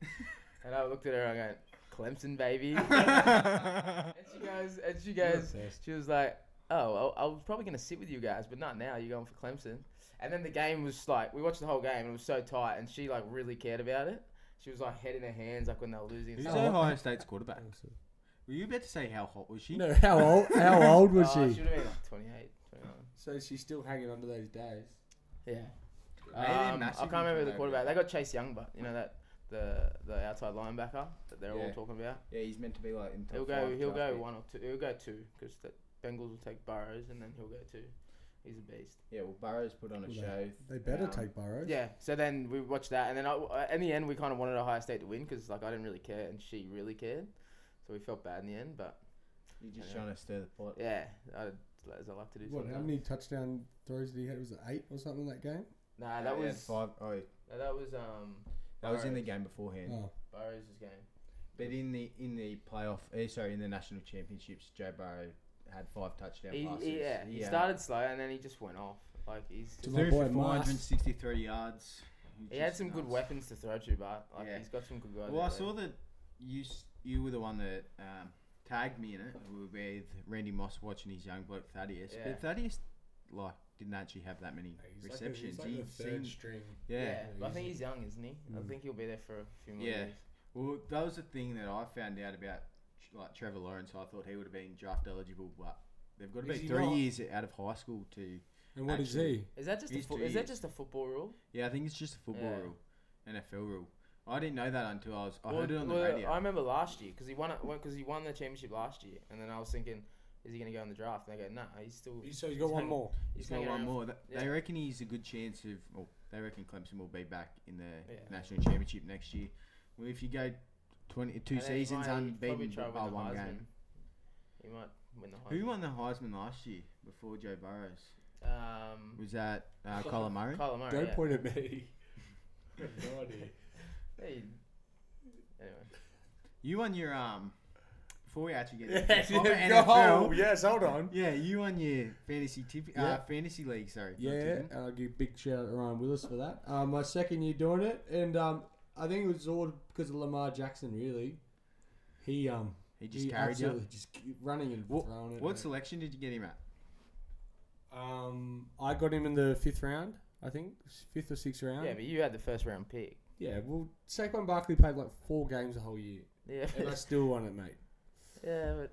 Speaker 3: and I looked at her and I went, "Clemson, baby." and she goes, and she goes, she was like, "Oh, I, I was probably gonna sit with you guys, but not now. You're going for Clemson." And then the game was like, we watched the whole game, and it was so tight, and she like really cared about it. She was like head in her hands, like when they were losing. and
Speaker 2: Who's
Speaker 3: stuff.
Speaker 4: Oh,
Speaker 2: Ohio State's quarterback? Were you about to say how hot was she?
Speaker 4: No, how old? How old was
Speaker 3: Oh,
Speaker 4: she?
Speaker 3: She would have been like 28, 29.
Speaker 4: So she's still hanging on to those days.
Speaker 3: Yeah.
Speaker 2: They did
Speaker 3: Um, I
Speaker 2: massive
Speaker 3: can't
Speaker 2: in
Speaker 3: remember the
Speaker 2: turnover.
Speaker 3: quarterback. They got Chase Young, but you know that the the outside linebacker that they're all
Speaker 2: Yeah.
Speaker 3: talking about.
Speaker 2: Yeah, he's meant to be like in top
Speaker 3: He'll go.
Speaker 2: five
Speaker 3: He'll
Speaker 2: draft
Speaker 3: go
Speaker 2: pick.
Speaker 3: one or two. He'll go two because the Bengals will take Burrows and then he'll go two. He's a beast.
Speaker 2: Yeah, well, Burrow's put on a
Speaker 5: Well,
Speaker 2: show.
Speaker 5: They better
Speaker 2: Um,
Speaker 5: take Burrows.
Speaker 3: Yeah. So then we watched that, and then I, uh, in the end we kind of wanted Ohio State to win because like I didn't really care and she really cared, so we felt bad in the end. But
Speaker 2: You're just
Speaker 3: Yeah.
Speaker 2: trying to stir the pot.
Speaker 3: yeah, I, as I like to do.
Speaker 5: What? How
Speaker 3: sometimes.
Speaker 5: many touchdown throws did he have? Was it eight or something that game?
Speaker 3: Nah,
Speaker 2: Yeah,
Speaker 3: Ah, that
Speaker 2: he had
Speaker 3: was
Speaker 2: five. Oh, that
Speaker 3: no, that was um
Speaker 2: was in the
Speaker 3: Burrows.
Speaker 2: game beforehand.
Speaker 5: Oh,
Speaker 3: Burrows' game.
Speaker 2: But in the in the playoff, eh, sorry, in the national championships, Joe Burrow had five touchdown
Speaker 3: He,
Speaker 2: passes.
Speaker 3: he- yeah, he started slow and then he just went off. Like he's
Speaker 5: To
Speaker 2: Threw
Speaker 3: just,
Speaker 5: my boy
Speaker 2: for
Speaker 5: Marsh.
Speaker 2: 463 yards.
Speaker 3: he had
Speaker 2: Just
Speaker 3: some good
Speaker 2: nuts.
Speaker 3: weapons to throw to, but like
Speaker 2: Yeah.
Speaker 3: he's got some good guys.
Speaker 2: Well, I
Speaker 3: out there.
Speaker 2: saw that you s- you were the one that um, tagged me in it. We were with Randy Moss watching his young bloke Thaddeus,
Speaker 3: Yeah.
Speaker 2: but Thaddeus like didn't actually have that many receptions. he seemed,
Speaker 4: string.
Speaker 2: yeah.
Speaker 3: but I think he's young, isn't he? I
Speaker 5: Mm.
Speaker 3: think he'll be there for a few more
Speaker 2: Yeah.
Speaker 3: years.
Speaker 2: Well, that was the thing that I found out about like Trevor Lawrence. I thought he would have been draft eligible, but they've got to
Speaker 4: Is
Speaker 2: be
Speaker 4: he
Speaker 2: three
Speaker 4: not?
Speaker 2: years out of high school to.
Speaker 4: And what is
Speaker 2: Actually-
Speaker 4: he?
Speaker 3: Is that just a
Speaker 2: He's
Speaker 3: fo-
Speaker 2: two
Speaker 3: is that
Speaker 2: years.
Speaker 3: just a football rule?
Speaker 2: Yeah, I think it's just a football
Speaker 3: Yeah.
Speaker 2: rule, NFL rule. I didn't know that until I was. I
Speaker 3: Well,
Speaker 2: heard it on the
Speaker 3: well,
Speaker 2: radio.
Speaker 3: I remember last year because he won because he won the championship last year, and then I was thinking, is he going to go in the draft? And I go, nah, he's still.
Speaker 4: So he's got one
Speaker 3: hanging-
Speaker 4: more.
Speaker 2: He's
Speaker 3: hanging
Speaker 2: got one
Speaker 3: around.
Speaker 2: more. Th-
Speaker 3: yeah.
Speaker 2: They reckon he's a good chance of. Well, they reckon Clemson will be back in the
Speaker 3: Yeah.
Speaker 2: national championship next year. Well, if you go 20, two
Speaker 3: And then he
Speaker 2: seasons
Speaker 3: might- he'd
Speaker 2: unbeaten
Speaker 3: probably try to
Speaker 2: by
Speaker 3: win the
Speaker 2: one
Speaker 3: Heisman.
Speaker 2: game,
Speaker 3: He might win the Heisman.
Speaker 2: who won the Heisman last year before Joe Burrows?
Speaker 3: Um,
Speaker 2: Was that uh, Kyler Murray?
Speaker 3: Kyler Murray.
Speaker 4: Don't
Speaker 3: yeah.
Speaker 4: point at me. no idea.
Speaker 3: Hey. Anyway,
Speaker 2: You won your um. Before we actually get
Speaker 4: Yeah,
Speaker 2: into proper
Speaker 4: yeah, oh,
Speaker 2: NFL,
Speaker 4: yes, hold on.
Speaker 2: yeah, you won your fantasy tip, uh,
Speaker 4: Yeah.
Speaker 2: fantasy league. Sorry, not
Speaker 4: Yeah,
Speaker 2: tipping.
Speaker 4: and I'll give a big shout out to Ryan Willis for that. Um, my second year doing it, and um, I think it was all because of Lamar Jackson. Really, he um,
Speaker 2: he just carried
Speaker 4: absolutely
Speaker 2: you.
Speaker 4: just keep running and
Speaker 2: What,
Speaker 4: throwing it.
Speaker 2: what selection did you get him at?
Speaker 4: um, I got him in the fifth round, I think, fifth or sixth round.
Speaker 3: yeah, but you had the first round pick.
Speaker 4: yeah. Well, Saquon Barkley played like four games the whole year,
Speaker 3: Yeah,
Speaker 4: and I still won it, mate.
Speaker 3: yeah, but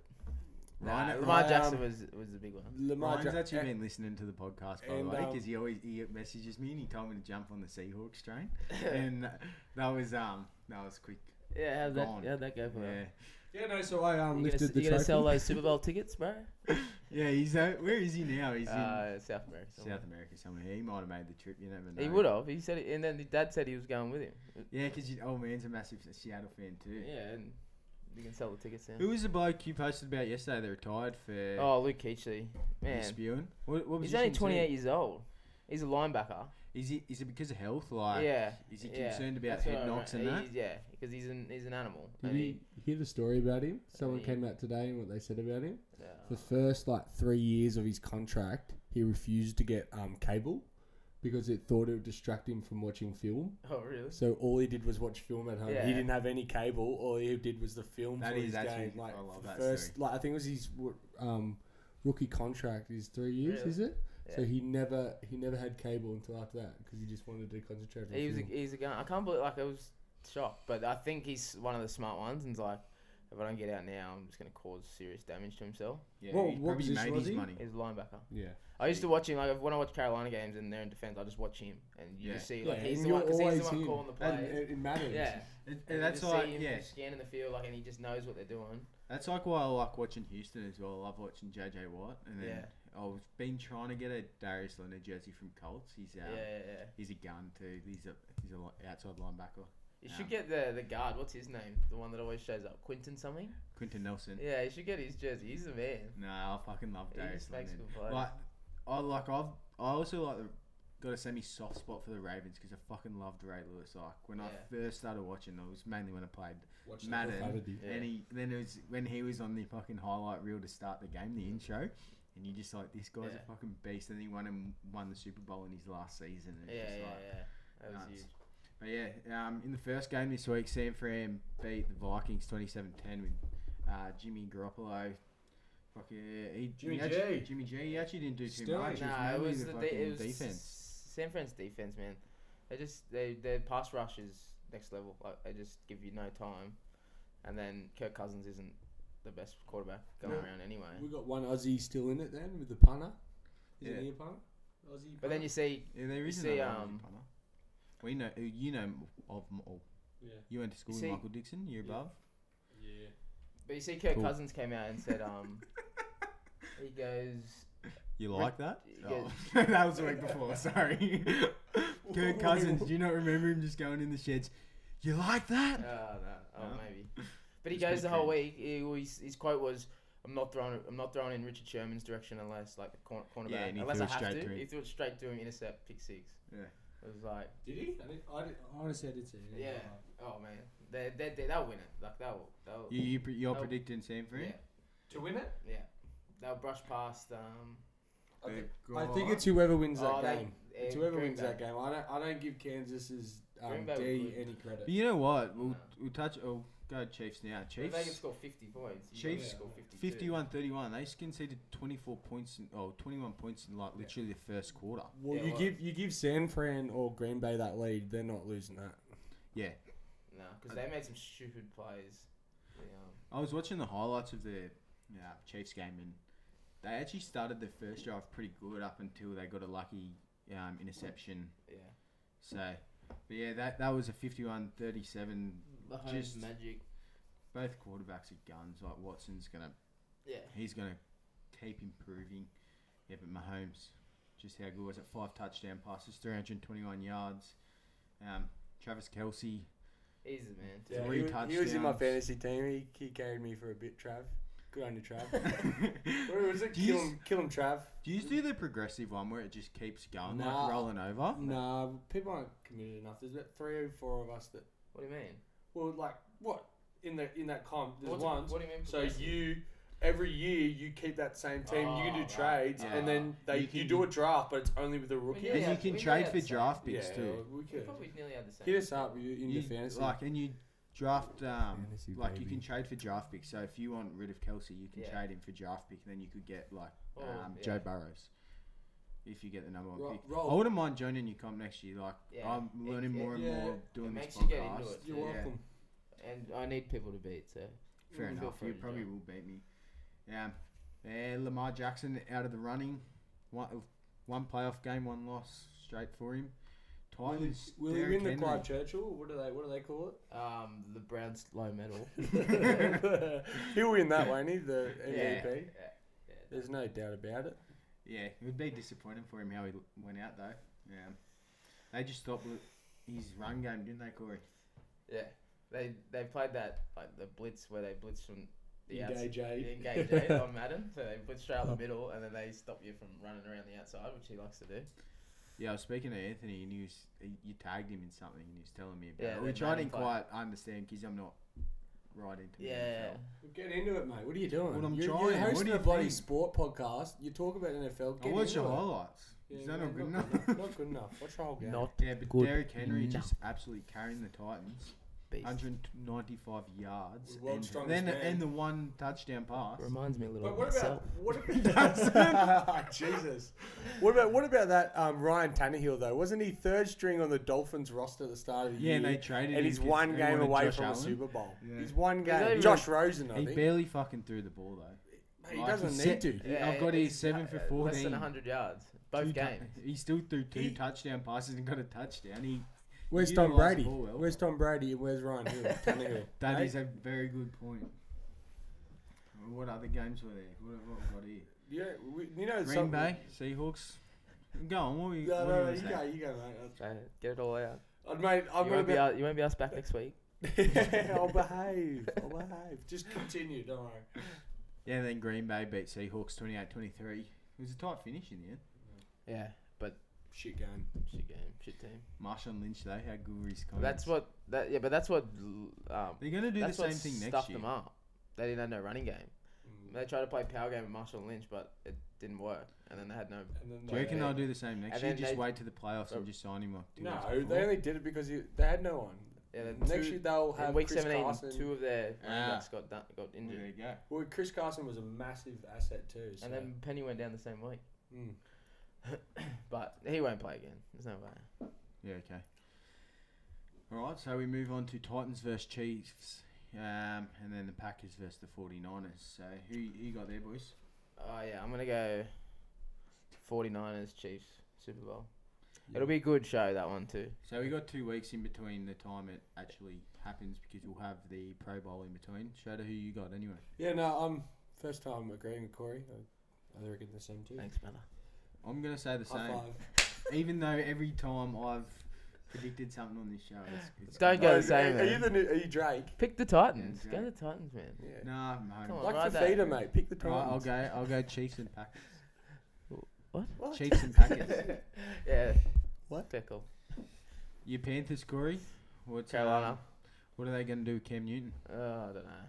Speaker 2: Ryan-
Speaker 3: nah, Lamar
Speaker 4: Ryan-
Speaker 2: um,
Speaker 3: Jackson was was the big one.
Speaker 4: Lamar
Speaker 2: Ryan's
Speaker 4: Jack-
Speaker 3: eh.
Speaker 2: actually been listening to the podcast by
Speaker 4: and,
Speaker 2: the way
Speaker 4: um,
Speaker 2: because he always he messages me and he told me to jump on the Seahawks train, and that was um that was quick.
Speaker 3: Yeah, how'd
Speaker 2: Gone.
Speaker 3: that, how'd that go for
Speaker 2: Yeah,
Speaker 3: him?
Speaker 4: yeah, no. So I um
Speaker 3: You gonna,
Speaker 4: lifted
Speaker 3: s-
Speaker 4: the
Speaker 3: you gonna
Speaker 4: trophy.
Speaker 3: sell those Super Bowl tickets, bro?
Speaker 2: yeah. He's out. Where is he now? He's
Speaker 3: Uh, South America.
Speaker 2: in South America somewhere. He might have made the trip. You never know.
Speaker 3: He would have. He said, it, and then the dad said he was going with him.
Speaker 2: Yeah, because old man's a massive Seattle fan too.
Speaker 3: Yeah, and you can sell the tickets
Speaker 2: Who
Speaker 3: then.
Speaker 2: was the bloke you posted about yesterday? that retired for
Speaker 3: Oh, Luke Keechley,
Speaker 2: for
Speaker 3: man,
Speaker 2: spewing. What, what
Speaker 3: he's only
Speaker 2: position is he?
Speaker 3: 28 years old. He's a linebacker.
Speaker 2: Is he? Is it because of health? Like,
Speaker 3: yeah.
Speaker 2: is he
Speaker 3: yeah.
Speaker 2: concerned about
Speaker 3: That's what
Speaker 2: head
Speaker 3: I
Speaker 2: knocks
Speaker 3: remember.
Speaker 2: and
Speaker 3: He's- Yeah, because he's an he's an animal.
Speaker 4: Did
Speaker 3: and
Speaker 4: you
Speaker 3: he-
Speaker 4: hear the story about him? Someone
Speaker 3: he-
Speaker 4: came out today and what they said about him. The
Speaker 3: uh,
Speaker 4: first like three years of his contract, he refused to get um, cable because it thought it would distract him from watching film.
Speaker 3: oh really?
Speaker 4: So all he did was watch film at home.
Speaker 3: Yeah.
Speaker 4: He didn't have any cable. All he did was the film
Speaker 2: That
Speaker 4: for
Speaker 2: is
Speaker 4: his
Speaker 2: actually-
Speaker 4: game. Like
Speaker 2: I love
Speaker 4: for the
Speaker 2: that
Speaker 4: first,
Speaker 2: story.
Speaker 4: like I think it was his w- um, rookie contract. Is three years,
Speaker 3: Really?
Speaker 4: is it? So
Speaker 3: Yeah.
Speaker 4: he never he never had cable until after that because he just wanted to concentrate. on
Speaker 3: He was a,
Speaker 4: film.
Speaker 3: he's a gun. I can't believe like I was shocked, but I think he's one of the smart ones. And it's like, if I don't get out now, I'm just gonna cause serious damage to himself.
Speaker 2: Yeah,
Speaker 4: Well,
Speaker 2: he
Speaker 4: what
Speaker 2: probably
Speaker 4: position
Speaker 2: made
Speaker 4: was
Speaker 2: his
Speaker 4: he?
Speaker 2: money.
Speaker 3: He's a linebacker.
Speaker 4: yeah.
Speaker 3: I used to watch him like when I watch Carolina games and they're in defense. I just watch him, and you
Speaker 2: Yeah.
Speaker 3: just see like
Speaker 4: Yeah,
Speaker 3: he's
Speaker 4: and
Speaker 3: the one
Speaker 4: you're
Speaker 3: because he's the
Speaker 4: always
Speaker 3: one
Speaker 4: him.
Speaker 3: calling the
Speaker 4: And
Speaker 3: plays.
Speaker 4: it, it matters.
Speaker 3: Yeah,
Speaker 2: And- and
Speaker 3: And
Speaker 2: that's
Speaker 3: you just
Speaker 2: like,
Speaker 3: see him
Speaker 2: yeah,
Speaker 3: just scanning the field like, and he just knows what they're doing.
Speaker 2: That's like why I like watching Houston as well. I love watching JJ Watt, and then
Speaker 3: Yeah.
Speaker 2: I've been trying to get a Darius Leonard jersey from Colts. He's
Speaker 3: Yeah,
Speaker 2: um,
Speaker 3: yeah, yeah.
Speaker 2: he's a gun too. He's a he's a li- outside linebacker.
Speaker 3: You
Speaker 2: Um,
Speaker 3: should get the the guard. What's his name? The one that always shows up, Quinton something.
Speaker 2: Quinton Nelson.
Speaker 3: Yeah, you should get his jersey. He's a man.
Speaker 2: No, I fucking love
Speaker 3: He
Speaker 2: Darius
Speaker 3: just makes
Speaker 2: Leonard.
Speaker 3: good plays.
Speaker 2: Like I like I've I also like the, got a semi soft spot for the Ravens because I fucking loved Ray Lewis. Like when I
Speaker 3: Yeah.
Speaker 2: first started watching, it was mainly when I played
Speaker 4: Watch
Speaker 2: Madden.
Speaker 4: Saturday.
Speaker 3: Yeah.
Speaker 2: And he, then it was when he was on the fucking highlight reel to start the game, the intro, and you just like this guy's
Speaker 3: Yeah.
Speaker 2: a fucking beast, and he won him won the Super Bowl in his last season. And
Speaker 3: Yeah,
Speaker 2: it's
Speaker 3: yeah,
Speaker 2: just like,
Speaker 3: yeah. That was
Speaker 2: nuts.
Speaker 3: huge.
Speaker 2: But yeah, um, in the first game this week, Sam Fran beat the Vikings 27-10 with uh, Jimmy Garoppolo. Fucking uh, he,
Speaker 4: Jimmy
Speaker 2: he actually,
Speaker 4: G.
Speaker 2: Jimmy G. He actually didn't do too
Speaker 4: Still
Speaker 2: much.
Speaker 4: ain't-
Speaker 3: Nah, it
Speaker 2: mainly
Speaker 3: was
Speaker 2: the
Speaker 3: the
Speaker 2: fucking
Speaker 3: de- it was
Speaker 2: defense.
Speaker 3: San Fran's defense, man. They just they their pass rush is next level. Like they just give you no time, and then Kirk Cousins isn't the best quarterback going
Speaker 4: No.
Speaker 3: around anyway.
Speaker 4: We got one Aussie still in it then with the punter. Is it
Speaker 2: Yeah.
Speaker 4: he a punter? Aussie.
Speaker 3: But then you see,
Speaker 2: Yeah, there
Speaker 3: You
Speaker 2: is
Speaker 3: see,
Speaker 2: another Aussie
Speaker 3: um,
Speaker 2: punter. We know you know of m- or
Speaker 4: yeah,
Speaker 2: you went to school
Speaker 3: You
Speaker 2: with
Speaker 3: see-
Speaker 2: Michael Dixon. You're
Speaker 4: Yeah.
Speaker 2: above.
Speaker 4: yeah.
Speaker 3: but you see, Kirk
Speaker 2: Cool.
Speaker 3: Cousins came out and said, um, he goes,
Speaker 2: You like that?
Speaker 3: you
Speaker 2: Oh, that was the week before. Sorry. Kirk Cousins. Do you not remember him just going in the sheds? You like
Speaker 3: oh,
Speaker 2: that?
Speaker 3: no, oh
Speaker 2: No.
Speaker 3: maybe. But he
Speaker 2: It's pretty
Speaker 3: goes the whole week. He, well, his, his quote was, "I'm not throwing. I'm not throwing in Richard Sherman's direction unless like a corner, cornerback.
Speaker 2: Yeah, and he
Speaker 3: unless
Speaker 2: threw
Speaker 3: I
Speaker 2: it
Speaker 3: have
Speaker 2: straight
Speaker 3: to."
Speaker 2: to him.
Speaker 3: He threw it straight to him, intercept, pick six.
Speaker 2: Yeah.
Speaker 3: It was like,
Speaker 4: Did he? I, did, I, did, honestly, I did see it.
Speaker 3: yeah, oh man, they they they they'll win it. Like they'll they'll
Speaker 2: You you pre- you're
Speaker 3: No.
Speaker 2: predicting Sam for
Speaker 3: yeah
Speaker 2: him?
Speaker 4: To win it,
Speaker 3: yeah they'll brush past um.
Speaker 2: Uh,
Speaker 4: I think,
Speaker 2: Good
Speaker 4: I think
Speaker 2: God.
Speaker 4: it's whoever wins that
Speaker 3: oh, they-
Speaker 4: game.
Speaker 3: eh,
Speaker 4: It's whoever
Speaker 3: Green
Speaker 4: wins
Speaker 3: Bay.
Speaker 4: that game. I don't. I don't give Kansas's um,
Speaker 3: Green Bay
Speaker 4: D
Speaker 3: would win.
Speaker 4: any credit.
Speaker 2: But you know what? We'll,
Speaker 3: No.
Speaker 2: we'll touch. Oh, go Chiefs now.
Speaker 3: If they can
Speaker 2: Chiefs.
Speaker 3: score 50 points, you
Speaker 2: Chiefs
Speaker 3: score 52.
Speaker 2: 51 31. They conceded 24 points in, oh, 21 points in like
Speaker 4: Yeah.
Speaker 2: literally the first quarter.
Speaker 4: Well,
Speaker 3: Yeah,
Speaker 4: you
Speaker 3: well-
Speaker 4: give you give San Fran or Green Bay that lead, they're not losing that.
Speaker 2: Yeah.
Speaker 3: No, because they made some stupid plays. The, um,
Speaker 2: I was watching the highlights of the uh, Chiefs game and they actually started the first drive pretty good up until they got a lucky um, interception.
Speaker 3: yeah.
Speaker 2: So, but yeah, that, that was a 51 37.
Speaker 3: Mahomes
Speaker 2: Just-
Speaker 3: magic.
Speaker 2: Both quarterbacks are guns. Like Watson's going to
Speaker 3: Yeah.
Speaker 2: He's going to keep improving. Yeah, but Mahomes, just how good was it? Five touchdown passes, 321 yards. Um, Travis Kelsey,
Speaker 3: He's the man. too.
Speaker 2: Yeah, Three
Speaker 4: he, was- he was in my
Speaker 2: touchdowns.
Speaker 4: fantasy team. He, he carried me for a bit, Trav. Good on you, Trav. Where was it?
Speaker 2: Do you
Speaker 4: Kill him, kill him, Trav.
Speaker 2: do you do the progressive one where it just keeps going,
Speaker 4: Nah.
Speaker 2: like rolling over?
Speaker 4: Nah, people aren't committed enough. There's about three or four of us that.
Speaker 3: What do you mean?
Speaker 4: Well, like what in the in that comp? There's
Speaker 3: What's-
Speaker 4: ones.
Speaker 3: What do you mean?
Speaker 4: So
Speaker 3: progressive?
Speaker 4: you every year you keep that same team. you can
Speaker 3: Oh,
Speaker 4: do
Speaker 3: right.
Speaker 4: trades,
Speaker 2: Yeah.
Speaker 4: and then they
Speaker 2: You
Speaker 4: you,
Speaker 2: can-
Speaker 4: do a draft, but it's only with a rookie.
Speaker 3: Yeah,
Speaker 2: and you
Speaker 3: yeah,
Speaker 2: can
Speaker 3: we
Speaker 2: trade
Speaker 3: know
Speaker 2: for
Speaker 3: that's
Speaker 2: draft
Speaker 4: Yeah,
Speaker 2: picks too.
Speaker 4: we
Speaker 3: We
Speaker 4: could
Speaker 3: probably nearly had the same.
Speaker 4: hit us up you- in
Speaker 2: You-
Speaker 4: your fantasy.
Speaker 2: like and you draft um,
Speaker 5: Fantasy,
Speaker 2: like you
Speaker 5: baby.
Speaker 2: can trade for draft picks. So if you want rid of Kelsey, you can
Speaker 3: Yeah.
Speaker 2: trade him for draft pick, and then you could get like
Speaker 3: Oh,
Speaker 2: um,
Speaker 3: yeah.
Speaker 2: Joe Burrows if you get the number one
Speaker 4: Ro-
Speaker 2: pick.
Speaker 4: Rob.
Speaker 2: I wouldn't mind joining your comp next year. Like
Speaker 3: Yeah.
Speaker 2: I'm
Speaker 3: It-
Speaker 2: learning
Speaker 3: it-
Speaker 2: more and
Speaker 4: yeah.
Speaker 2: more doing
Speaker 3: It
Speaker 2: this
Speaker 3: makes
Speaker 2: podcast.
Speaker 3: you get into it.
Speaker 4: You're
Speaker 3: Yeah.
Speaker 4: welcome.
Speaker 3: And I need people to beat. So
Speaker 2: Fair
Speaker 3: Feel
Speaker 2: enough.
Speaker 3: free
Speaker 2: You
Speaker 3: to
Speaker 2: probably
Speaker 3: join.
Speaker 2: will beat me. Yeah. Yeah, Lamar Jackson out of the running. One, one playoff game, one loss straight for him.
Speaker 4: Will he-
Speaker 2: Titans.
Speaker 4: Will he
Speaker 2: Derrick
Speaker 4: win the
Speaker 2: Henry.
Speaker 4: Clyde Churchill? What do they What do they call
Speaker 3: um, the Browns low medal.
Speaker 4: it? He'll win that, won't he? The
Speaker 2: Yeah.
Speaker 4: MVP.
Speaker 3: Yeah.
Speaker 4: There's no doubt about it.
Speaker 2: Yeah, it would be disappointing for him how he l- went out though. Yeah, they just stopped with his run game, didn't they, Corey?
Speaker 3: Yeah. They they played that like the blitz where they blitz from the outside.
Speaker 4: Engage eight.
Speaker 3: The engage eight on Madden, so they blitz straight out the middle, and then they stop you from running around the outside, which he likes to do.
Speaker 2: Yeah, I was speaking to Anthony, and he was he- you tagged him in something, and he was telling me about
Speaker 3: Yeah,
Speaker 2: it,
Speaker 3: the
Speaker 2: which I
Speaker 3: Madden
Speaker 2: didn't
Speaker 3: player.
Speaker 2: quite understand because I'm not right into the
Speaker 3: Yeah,
Speaker 2: NFL.
Speaker 4: Get into it, mate. What are you doing?
Speaker 2: Well, I'm
Speaker 4: you're,
Speaker 2: trying.
Speaker 4: You're
Speaker 2: What
Speaker 4: hosting
Speaker 2: do you
Speaker 4: a bloody
Speaker 2: think?
Speaker 4: sport podcast. You talk about NFL.
Speaker 2: I
Speaker 4: Get
Speaker 2: watched
Speaker 4: into
Speaker 2: your
Speaker 4: it.
Speaker 2: highlights.
Speaker 4: Yeah,
Speaker 2: Is that
Speaker 4: no,
Speaker 2: not good
Speaker 4: not
Speaker 2: enough?
Speaker 4: Not good enough. Watch the whole game.
Speaker 2: yeah, but
Speaker 3: good
Speaker 2: Derrick Henry
Speaker 3: enough.
Speaker 2: just absolutely carrying the Titans,
Speaker 3: beast.
Speaker 2: 195 yards,
Speaker 4: With world's
Speaker 2: and
Speaker 4: strongest
Speaker 2: then
Speaker 4: man.
Speaker 2: and the one touchdown pass.
Speaker 3: Reminds me a little
Speaker 4: But
Speaker 3: of
Speaker 4: what
Speaker 3: myself.
Speaker 4: about what about Jesus? What about what about that um, Ryan Tannehill though? Wasn't he third string on the Dolphins roster at the start of the
Speaker 2: Yeah,
Speaker 4: year?
Speaker 2: and they traded
Speaker 4: and
Speaker 2: him
Speaker 4: he's
Speaker 2: 'cause
Speaker 4: one
Speaker 2: they
Speaker 4: game
Speaker 2: wanted
Speaker 4: away
Speaker 2: Josh
Speaker 4: from
Speaker 2: Allen.
Speaker 4: the Super Bowl.
Speaker 2: Yeah.
Speaker 4: He's one
Speaker 3: not
Speaker 4: game.
Speaker 3: even-
Speaker 4: Josh Rosen, I
Speaker 2: He
Speaker 4: think.
Speaker 2: barely fucking threw the ball though.
Speaker 4: he
Speaker 2: Like,
Speaker 4: doesn't
Speaker 2: set-
Speaker 4: need to.
Speaker 3: Yeah,
Speaker 2: I've got
Speaker 3: it's
Speaker 2: his seven for
Speaker 3: uh, Less
Speaker 2: fourteen.
Speaker 3: than 100 yards. Both
Speaker 2: Two tou-
Speaker 3: games.
Speaker 2: he still threw two
Speaker 4: He-
Speaker 2: touchdown passes and got a touchdown. He
Speaker 5: Where's
Speaker 2: he
Speaker 5: Tom
Speaker 2: utilised
Speaker 5: Brady?
Speaker 2: the ball well.
Speaker 4: Where's Tom Brady and where's Ryan Hill? Tannehill.
Speaker 2: That
Speaker 4: Mate,
Speaker 2: is a very good point. Well, What other games were there? What what what are you?
Speaker 4: you know, we- you know
Speaker 2: Green
Speaker 4: something-
Speaker 2: Bay Seahawks. Go on. What were you? what
Speaker 4: No,
Speaker 2: do you
Speaker 4: no, no,
Speaker 2: wanna
Speaker 4: you
Speaker 2: say?
Speaker 4: go, you go, mate.
Speaker 3: So get it all out.
Speaker 4: I'd, mate,
Speaker 3: You
Speaker 4: I've got
Speaker 3: won't, be
Speaker 4: about.
Speaker 3: out. you won't be asked back next week.
Speaker 4: I'll behave. I'll behave. Just continue. Don't worry.
Speaker 2: Yeah, then Green Bay beat Seahawks 28-23. It was a tight finish in the end.
Speaker 3: Yeah,
Speaker 4: Shit game.
Speaker 3: shit game, shit team.
Speaker 2: Marshawn Lynch though, how good were his comments?
Speaker 3: That's what. That yeah, but that's what. Um,
Speaker 2: they're gonna do the
Speaker 3: that's
Speaker 2: same
Speaker 3: what
Speaker 2: thing next
Speaker 3: stuffed
Speaker 2: year.
Speaker 3: them up. They didn't have no running game.
Speaker 4: Mm.
Speaker 3: They tried to play power game with Marshall Lynch, but it didn't work. And then they had no.
Speaker 4: And then
Speaker 2: Do you reckon
Speaker 4: they-
Speaker 2: they'll do the same next
Speaker 3: And
Speaker 2: year?
Speaker 3: then
Speaker 2: Just
Speaker 3: they-
Speaker 2: wait to the playoffs and just sign him like two
Speaker 4: No,
Speaker 2: weeks
Speaker 4: they
Speaker 2: before?
Speaker 4: only did it because you, they had no one.
Speaker 3: Yeah, they-
Speaker 4: Next
Speaker 3: two-
Speaker 4: year they'll
Speaker 3: in
Speaker 4: have
Speaker 3: week
Speaker 4: Chris
Speaker 3: 17,
Speaker 4: Carson.
Speaker 3: two of their running
Speaker 2: Ah.
Speaker 3: backs got done, got
Speaker 2: Well,
Speaker 3: injured,
Speaker 2: there you go.
Speaker 4: Well, Chris Carson was a massive asset too. So.
Speaker 3: and then Penny went down the same week.
Speaker 4: Mm.
Speaker 3: But he won't play again. There's no way.
Speaker 2: Yeah, okay. All right, so we move on to Titans versus Chiefs, um, and then the Packers versus the 49ers. So who you got there, boys?
Speaker 3: Oh yeah, I'm gonna go. 49ers, Chiefs. Super Bowl. It'll be a good show that one too.
Speaker 2: So we got two weeks in between the time it actually happens because we'll have the Pro Bowl in between. Show to who you got anyway.
Speaker 4: Yeah, no, I'm first time agreeing with Corey. I, I reckon the same too.
Speaker 3: Thanks, brother.
Speaker 2: I'm gonna say the
Speaker 4: High
Speaker 2: same.
Speaker 4: five.
Speaker 2: Even though every time I've predicted something on this show, it's, it's
Speaker 3: Don't go the same,
Speaker 4: Are, are you
Speaker 3: man.
Speaker 4: the new, are you Drake?
Speaker 3: Pick the Titans.
Speaker 2: Yeah,
Speaker 3: Go
Speaker 2: Drake.
Speaker 3: the Titans, man.
Speaker 4: Yeah.
Speaker 2: Nah, I'm home.
Speaker 3: Come on.
Speaker 4: Like
Speaker 3: Right
Speaker 4: the
Speaker 3: there.
Speaker 4: feeder, mate. Pick the
Speaker 2: Right, I'll
Speaker 4: Titans.
Speaker 2: go. I'll go Chiefs and Packers.
Speaker 3: What?
Speaker 4: What?
Speaker 2: Chiefs and Packers.
Speaker 3: Yeah.
Speaker 5: What?
Speaker 3: Pickle.
Speaker 2: Your Panthers, Corey. What's um,
Speaker 3: Carolina.
Speaker 2: what are they gonna do with Cam Newton?
Speaker 3: Oh, I don't know.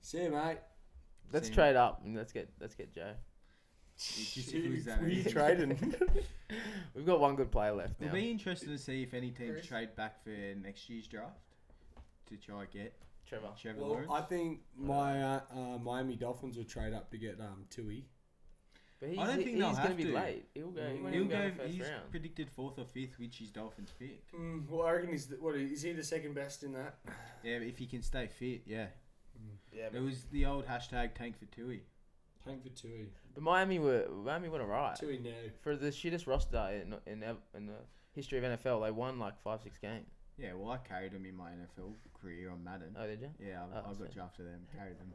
Speaker 4: See you, mate.
Speaker 3: Let's
Speaker 2: Same.
Speaker 3: trade up and let's get let's get Joe.
Speaker 2: Just if it was that
Speaker 4: Who you
Speaker 2: easy.
Speaker 4: trading?
Speaker 3: We've got one good player left now.
Speaker 2: It'll be interesting to see if any teams
Speaker 5: Chris?
Speaker 2: trade back for next year's draft to try and get
Speaker 3: Trevor.
Speaker 2: Trevor
Speaker 4: well,
Speaker 2: Lawrence.
Speaker 4: I think my uh, uh, Miami Dolphins will trade up to get um Tui.
Speaker 3: But he's,
Speaker 2: don't
Speaker 3: he-
Speaker 2: think
Speaker 3: he's
Speaker 2: they'll
Speaker 3: gonna
Speaker 2: have
Speaker 3: be
Speaker 2: to.
Speaker 3: late. He'll go. He won't
Speaker 2: He'll
Speaker 3: even go
Speaker 2: go.
Speaker 3: in the first
Speaker 2: He's
Speaker 3: round.
Speaker 2: predicted fourth or fifth, which is Dolphins pick.
Speaker 4: Mm, well, I reckon he's the, what is he the second best in that?
Speaker 2: Yeah, if he can stay fit, yeah.
Speaker 3: yeah,
Speaker 2: It
Speaker 3: but,
Speaker 2: was the old hashtag tank for Tui.
Speaker 4: Playing for Tui.
Speaker 3: but Miami were Miami went alright
Speaker 4: Tui now.
Speaker 3: for the shittest roster in in, ev- in the history of NFL. They won like five six games.
Speaker 2: Yeah, well, I carried him in my NFL career on Madden.
Speaker 3: Oh, did you?
Speaker 2: yeah, I,
Speaker 3: oh,
Speaker 2: I got
Speaker 3: sorry.
Speaker 2: drafted them, carried them.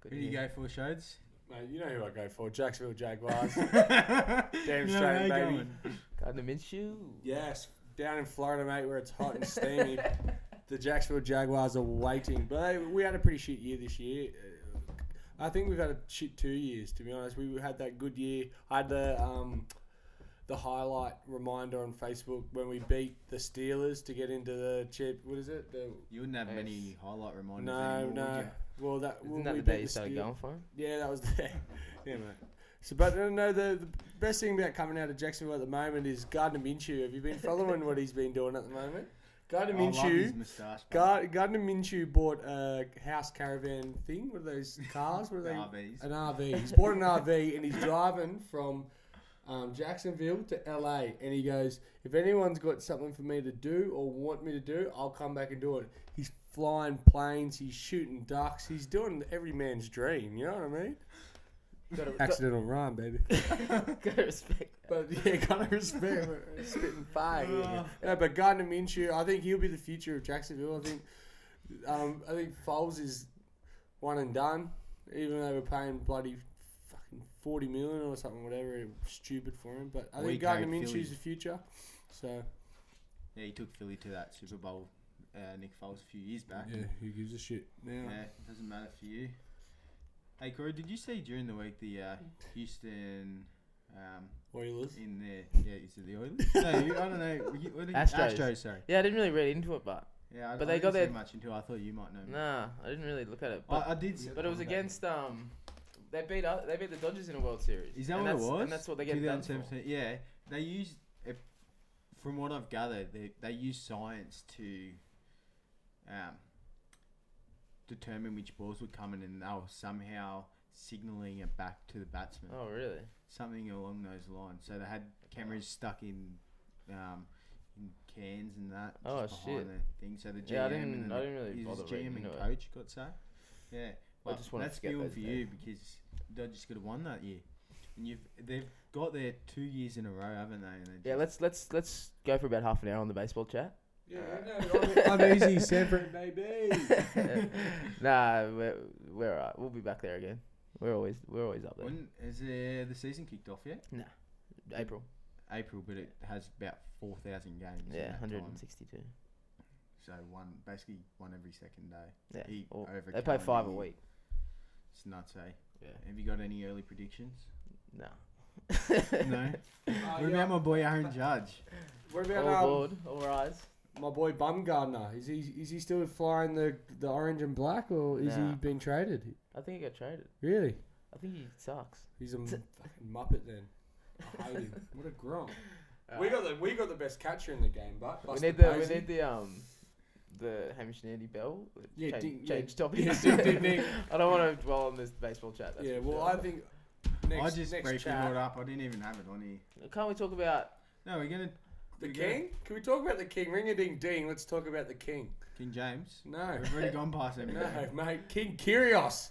Speaker 3: Good
Speaker 2: Who
Speaker 3: to
Speaker 2: do you
Speaker 3: hear.
Speaker 2: go for, Shodes?
Speaker 4: Mate, you know who I go for? Jacksonville Jaguars.
Speaker 2: Damn
Speaker 4: straight, baby.
Speaker 3: Gardner Minshew.
Speaker 4: yes, down in Florida, mate, where it's hot and steamy. the Jacksonville Jaguars are waiting, but they, we had a pretty shit year this year. Uh, I think we've had a shit two years, to be honest. We had that good year. I had the um, the highlight reminder on Facebook when we beat the Steelers to get into the chip. What is it? The,
Speaker 2: You wouldn't have
Speaker 3: Yes.
Speaker 2: many highlight reminders.
Speaker 4: no,
Speaker 2: anymore, would
Speaker 4: no.
Speaker 2: ya?
Speaker 4: Well, that
Speaker 3: Isn't
Speaker 4: when
Speaker 3: that
Speaker 4: we
Speaker 3: the
Speaker 4: beat
Speaker 3: day you started
Speaker 4: Steelers-
Speaker 3: going for him?
Speaker 4: yeah, that was there. yeah, mate. So, but no, no, the, the best thing about coming out of Jacksonville at the moment is Gardner Minshew. Have you been following what he's been doing at the moment? Gardner
Speaker 2: I love his
Speaker 4: Minshew.
Speaker 2: moustache.
Speaker 4: Gar- Gardner Minshew bought a house caravan thing. What are those cars? What are they?
Speaker 2: RVs.
Speaker 4: An RV. He's bought an RV and he's driving from um, Jacksonville to LA. And he goes, if anyone's got something for me to do or want me to do, I'll come back and do it. He's flying planes. He's shooting ducks. He's doing every man's dream. You know what I mean?
Speaker 3: Gotta, gotta,
Speaker 4: Accidental rhyme, baby.
Speaker 3: gotta respect.
Speaker 4: But yeah, gotta respect we're spitting fire. here. No, but Gardner Minshew, I think he'll be the future of Jacksonville. I think, um, I think Foles is one and done. Even though we're paying bloody fucking forty million or something, whatever, stupid for him. But I
Speaker 2: Well, he
Speaker 4: think Gardner
Speaker 2: carried Philly.
Speaker 4: Minshew's the future. So
Speaker 2: Yeah, he took Philly to that Super Bowl. Uh, Nick Foles a few years back.
Speaker 4: who gives a shit now?
Speaker 2: Yeah, it doesn't matter for you. Hey Corey, did you see during the week the uh, Houston um,
Speaker 4: Oilers.
Speaker 2: in the yeah is it the Oilers? no, you- I don't know. You- what did you-
Speaker 3: Astros.
Speaker 2: Astros, sorry.
Speaker 3: Yeah, I didn't really read into it, but
Speaker 2: Yeah, I,
Speaker 3: But
Speaker 2: I
Speaker 3: they
Speaker 2: didn't
Speaker 3: got
Speaker 2: see
Speaker 3: their-
Speaker 2: much until I thought you might know.
Speaker 3: nah, I didn't really look at it. But,
Speaker 2: I, I did. See
Speaker 3: but it was against um, they beat up, they beat the Dodgers in a World Series.
Speaker 2: Is that
Speaker 3: and
Speaker 2: what it
Speaker 3: that's-
Speaker 2: was?
Speaker 3: And that's what they get done for.
Speaker 2: 2017 Yeah, they used. It, from what I've gathered, they they use science to um, determine which balls were coming, and they were somehow signaling it back to the batsman.
Speaker 3: Oh really?
Speaker 2: something along those lines. So they had cameras stuck in, um, in cans and that.
Speaker 3: Oh,
Speaker 2: just behind
Speaker 3: shit.
Speaker 2: The thing. So the GM
Speaker 3: Yeah, I didn't-
Speaker 2: and
Speaker 3: I
Speaker 2: the,
Speaker 3: didn't really
Speaker 2: his
Speaker 3: bother reading
Speaker 2: GM and
Speaker 3: into it.
Speaker 2: coach got so. Yeah, but
Speaker 3: just wanted to
Speaker 2: that's
Speaker 3: get
Speaker 2: good
Speaker 3: those
Speaker 2: for you because Dodgers could have won that year, and you've they've got there two years in a row, haven't they? And they
Speaker 3: Yeah, let's let's let's go for about half an hour on the baseball chat.
Speaker 4: Yeah,
Speaker 5: I'm easy, separate, baby.
Speaker 4: Uh,
Speaker 3: Uh, nah, we're we're alright. We'll be back there again. We're always we're always up there.
Speaker 2: When is uh, the season kicked off yet?
Speaker 3: April.
Speaker 2: April, but it has about four thousand games. in
Speaker 3: Yeah,
Speaker 2: that
Speaker 3: hundred
Speaker 2: time.
Speaker 3: and sixty-two.
Speaker 2: So one, basically one every second day.
Speaker 3: Yeah,
Speaker 2: He-
Speaker 3: or-
Speaker 2: over
Speaker 3: they play
Speaker 2: calendar
Speaker 3: five a
Speaker 2: year.
Speaker 3: week.
Speaker 2: It's nuts, eh?
Speaker 3: Yeah.
Speaker 2: Have you got any early predictions?
Speaker 3: Nah.
Speaker 2: no.
Speaker 3: Oh,
Speaker 2: What about my boy Aaron Judge?
Speaker 4: What
Speaker 3: All
Speaker 4: about um,
Speaker 3: aboard, all rise.
Speaker 4: my boy Bumgardner? Is he is he still flying the the orange and black, or is
Speaker 3: Nah.
Speaker 4: he been traded?
Speaker 3: I think he got traded.
Speaker 4: Really?
Speaker 3: I think he sucks.
Speaker 4: He's a m- fucking muppet then. I hate him. What a grump. we got the we got the best catcher in the game, but
Speaker 3: Uh, we need the we need the um the Hamish and Andy Bell.
Speaker 4: Yeah,
Speaker 3: change,
Speaker 4: ding- yeah,
Speaker 3: change topics.
Speaker 4: ding, ding, ding.
Speaker 3: I don't want to dwell on this baseball chat. That's
Speaker 4: yeah.
Speaker 3: for
Speaker 4: Well,
Speaker 3: sure.
Speaker 4: I think next
Speaker 2: I just
Speaker 4: next
Speaker 2: briefly
Speaker 4: chat,
Speaker 2: brought up. I didn't even have it on here.
Speaker 3: Can't we talk about
Speaker 2: No, we're gonna
Speaker 4: the
Speaker 2: we're gonna-
Speaker 4: king. Can we talk about the king? Ring a ding ding. Let's talk about the king.
Speaker 2: King James.
Speaker 4: No,
Speaker 2: We've already gone past him.
Speaker 4: no, mate. King Kyrgios.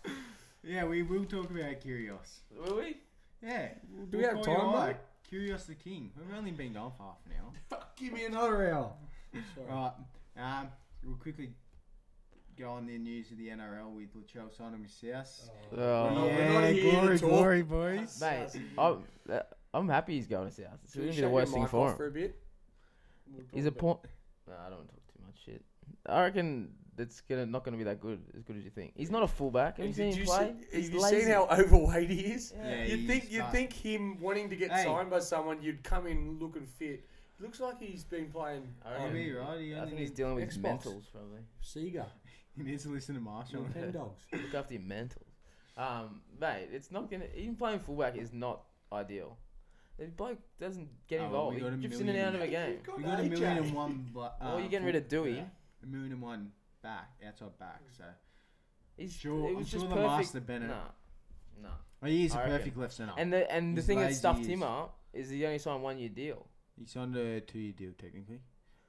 Speaker 2: Yeah, we will talk about Kyrgios.
Speaker 3: were we?
Speaker 2: Yeah.
Speaker 4: Do we have time, mate?
Speaker 2: Curious the King. We've only been going for half an hour.
Speaker 6: Fuck, give me another hour.
Speaker 4: Oh.
Speaker 2: Right. Um, we'll quickly go on the news of the NRL with Lachelle signing with South.
Speaker 3: Oh,
Speaker 6: Yeah, glory, glory,
Speaker 4: boys.
Speaker 3: mate, I'm, uh, I'm happy he's going to South. It's going to be the worst thing for him.
Speaker 4: For a bit?
Speaker 3: He's a point. No, I don't wanna talk too much shit. I reckon it's gonna not gonna be that good, as good as you think. He's not a fullback. Have you seen
Speaker 4: Did
Speaker 3: him
Speaker 4: you
Speaker 3: play?
Speaker 4: see,
Speaker 3: He's
Speaker 4: have you
Speaker 3: lazy.
Speaker 4: seen how overweight he is?
Speaker 2: Yeah,
Speaker 4: you'd
Speaker 2: he's
Speaker 4: think you'd
Speaker 2: fucked.
Speaker 4: think him wanting to get
Speaker 2: Hey.
Speaker 4: signed by someone, you'd come in looking fit. Looks like he's been playing.
Speaker 3: I
Speaker 2: I'll
Speaker 3: reckon-
Speaker 2: be right. He,
Speaker 3: I
Speaker 2: only
Speaker 3: think he's
Speaker 2: needs,
Speaker 3: dealing with his
Speaker 6: Xbox.
Speaker 3: mentals probably.
Speaker 6: Seager,
Speaker 2: he needs to listen to Marshall.
Speaker 6: your ten dogs.
Speaker 3: Look after your mentals. Um, mate, it's not gonna. Even playing fullback is not ideal. The bloke doesn't
Speaker 2: Oh,
Speaker 3: get
Speaker 2: well,
Speaker 3: involved.
Speaker 2: we got a
Speaker 3: he drifts in and
Speaker 2: million.
Speaker 3: out of a game.
Speaker 4: You've got
Speaker 2: We got a
Speaker 4: AJ.
Speaker 2: million and one. Bla- uh,
Speaker 3: Well, you're getting rid of Dewey.
Speaker 2: yeah, a million and one back outside back. So
Speaker 3: He's
Speaker 2: Sure,
Speaker 3: It
Speaker 2: I'm
Speaker 3: was
Speaker 2: sure
Speaker 3: just
Speaker 2: the
Speaker 3: perfect.
Speaker 2: master Bennett-
Speaker 3: Nah, nah.
Speaker 2: oh, he is a
Speaker 3: I reckon.
Speaker 2: perfect left centre.
Speaker 3: And the and the
Speaker 2: He's
Speaker 3: thing that
Speaker 2: lazy
Speaker 3: stuffed
Speaker 2: as-
Speaker 3: him up is he only signed one year deal.
Speaker 2: he signed a two-year deal technically.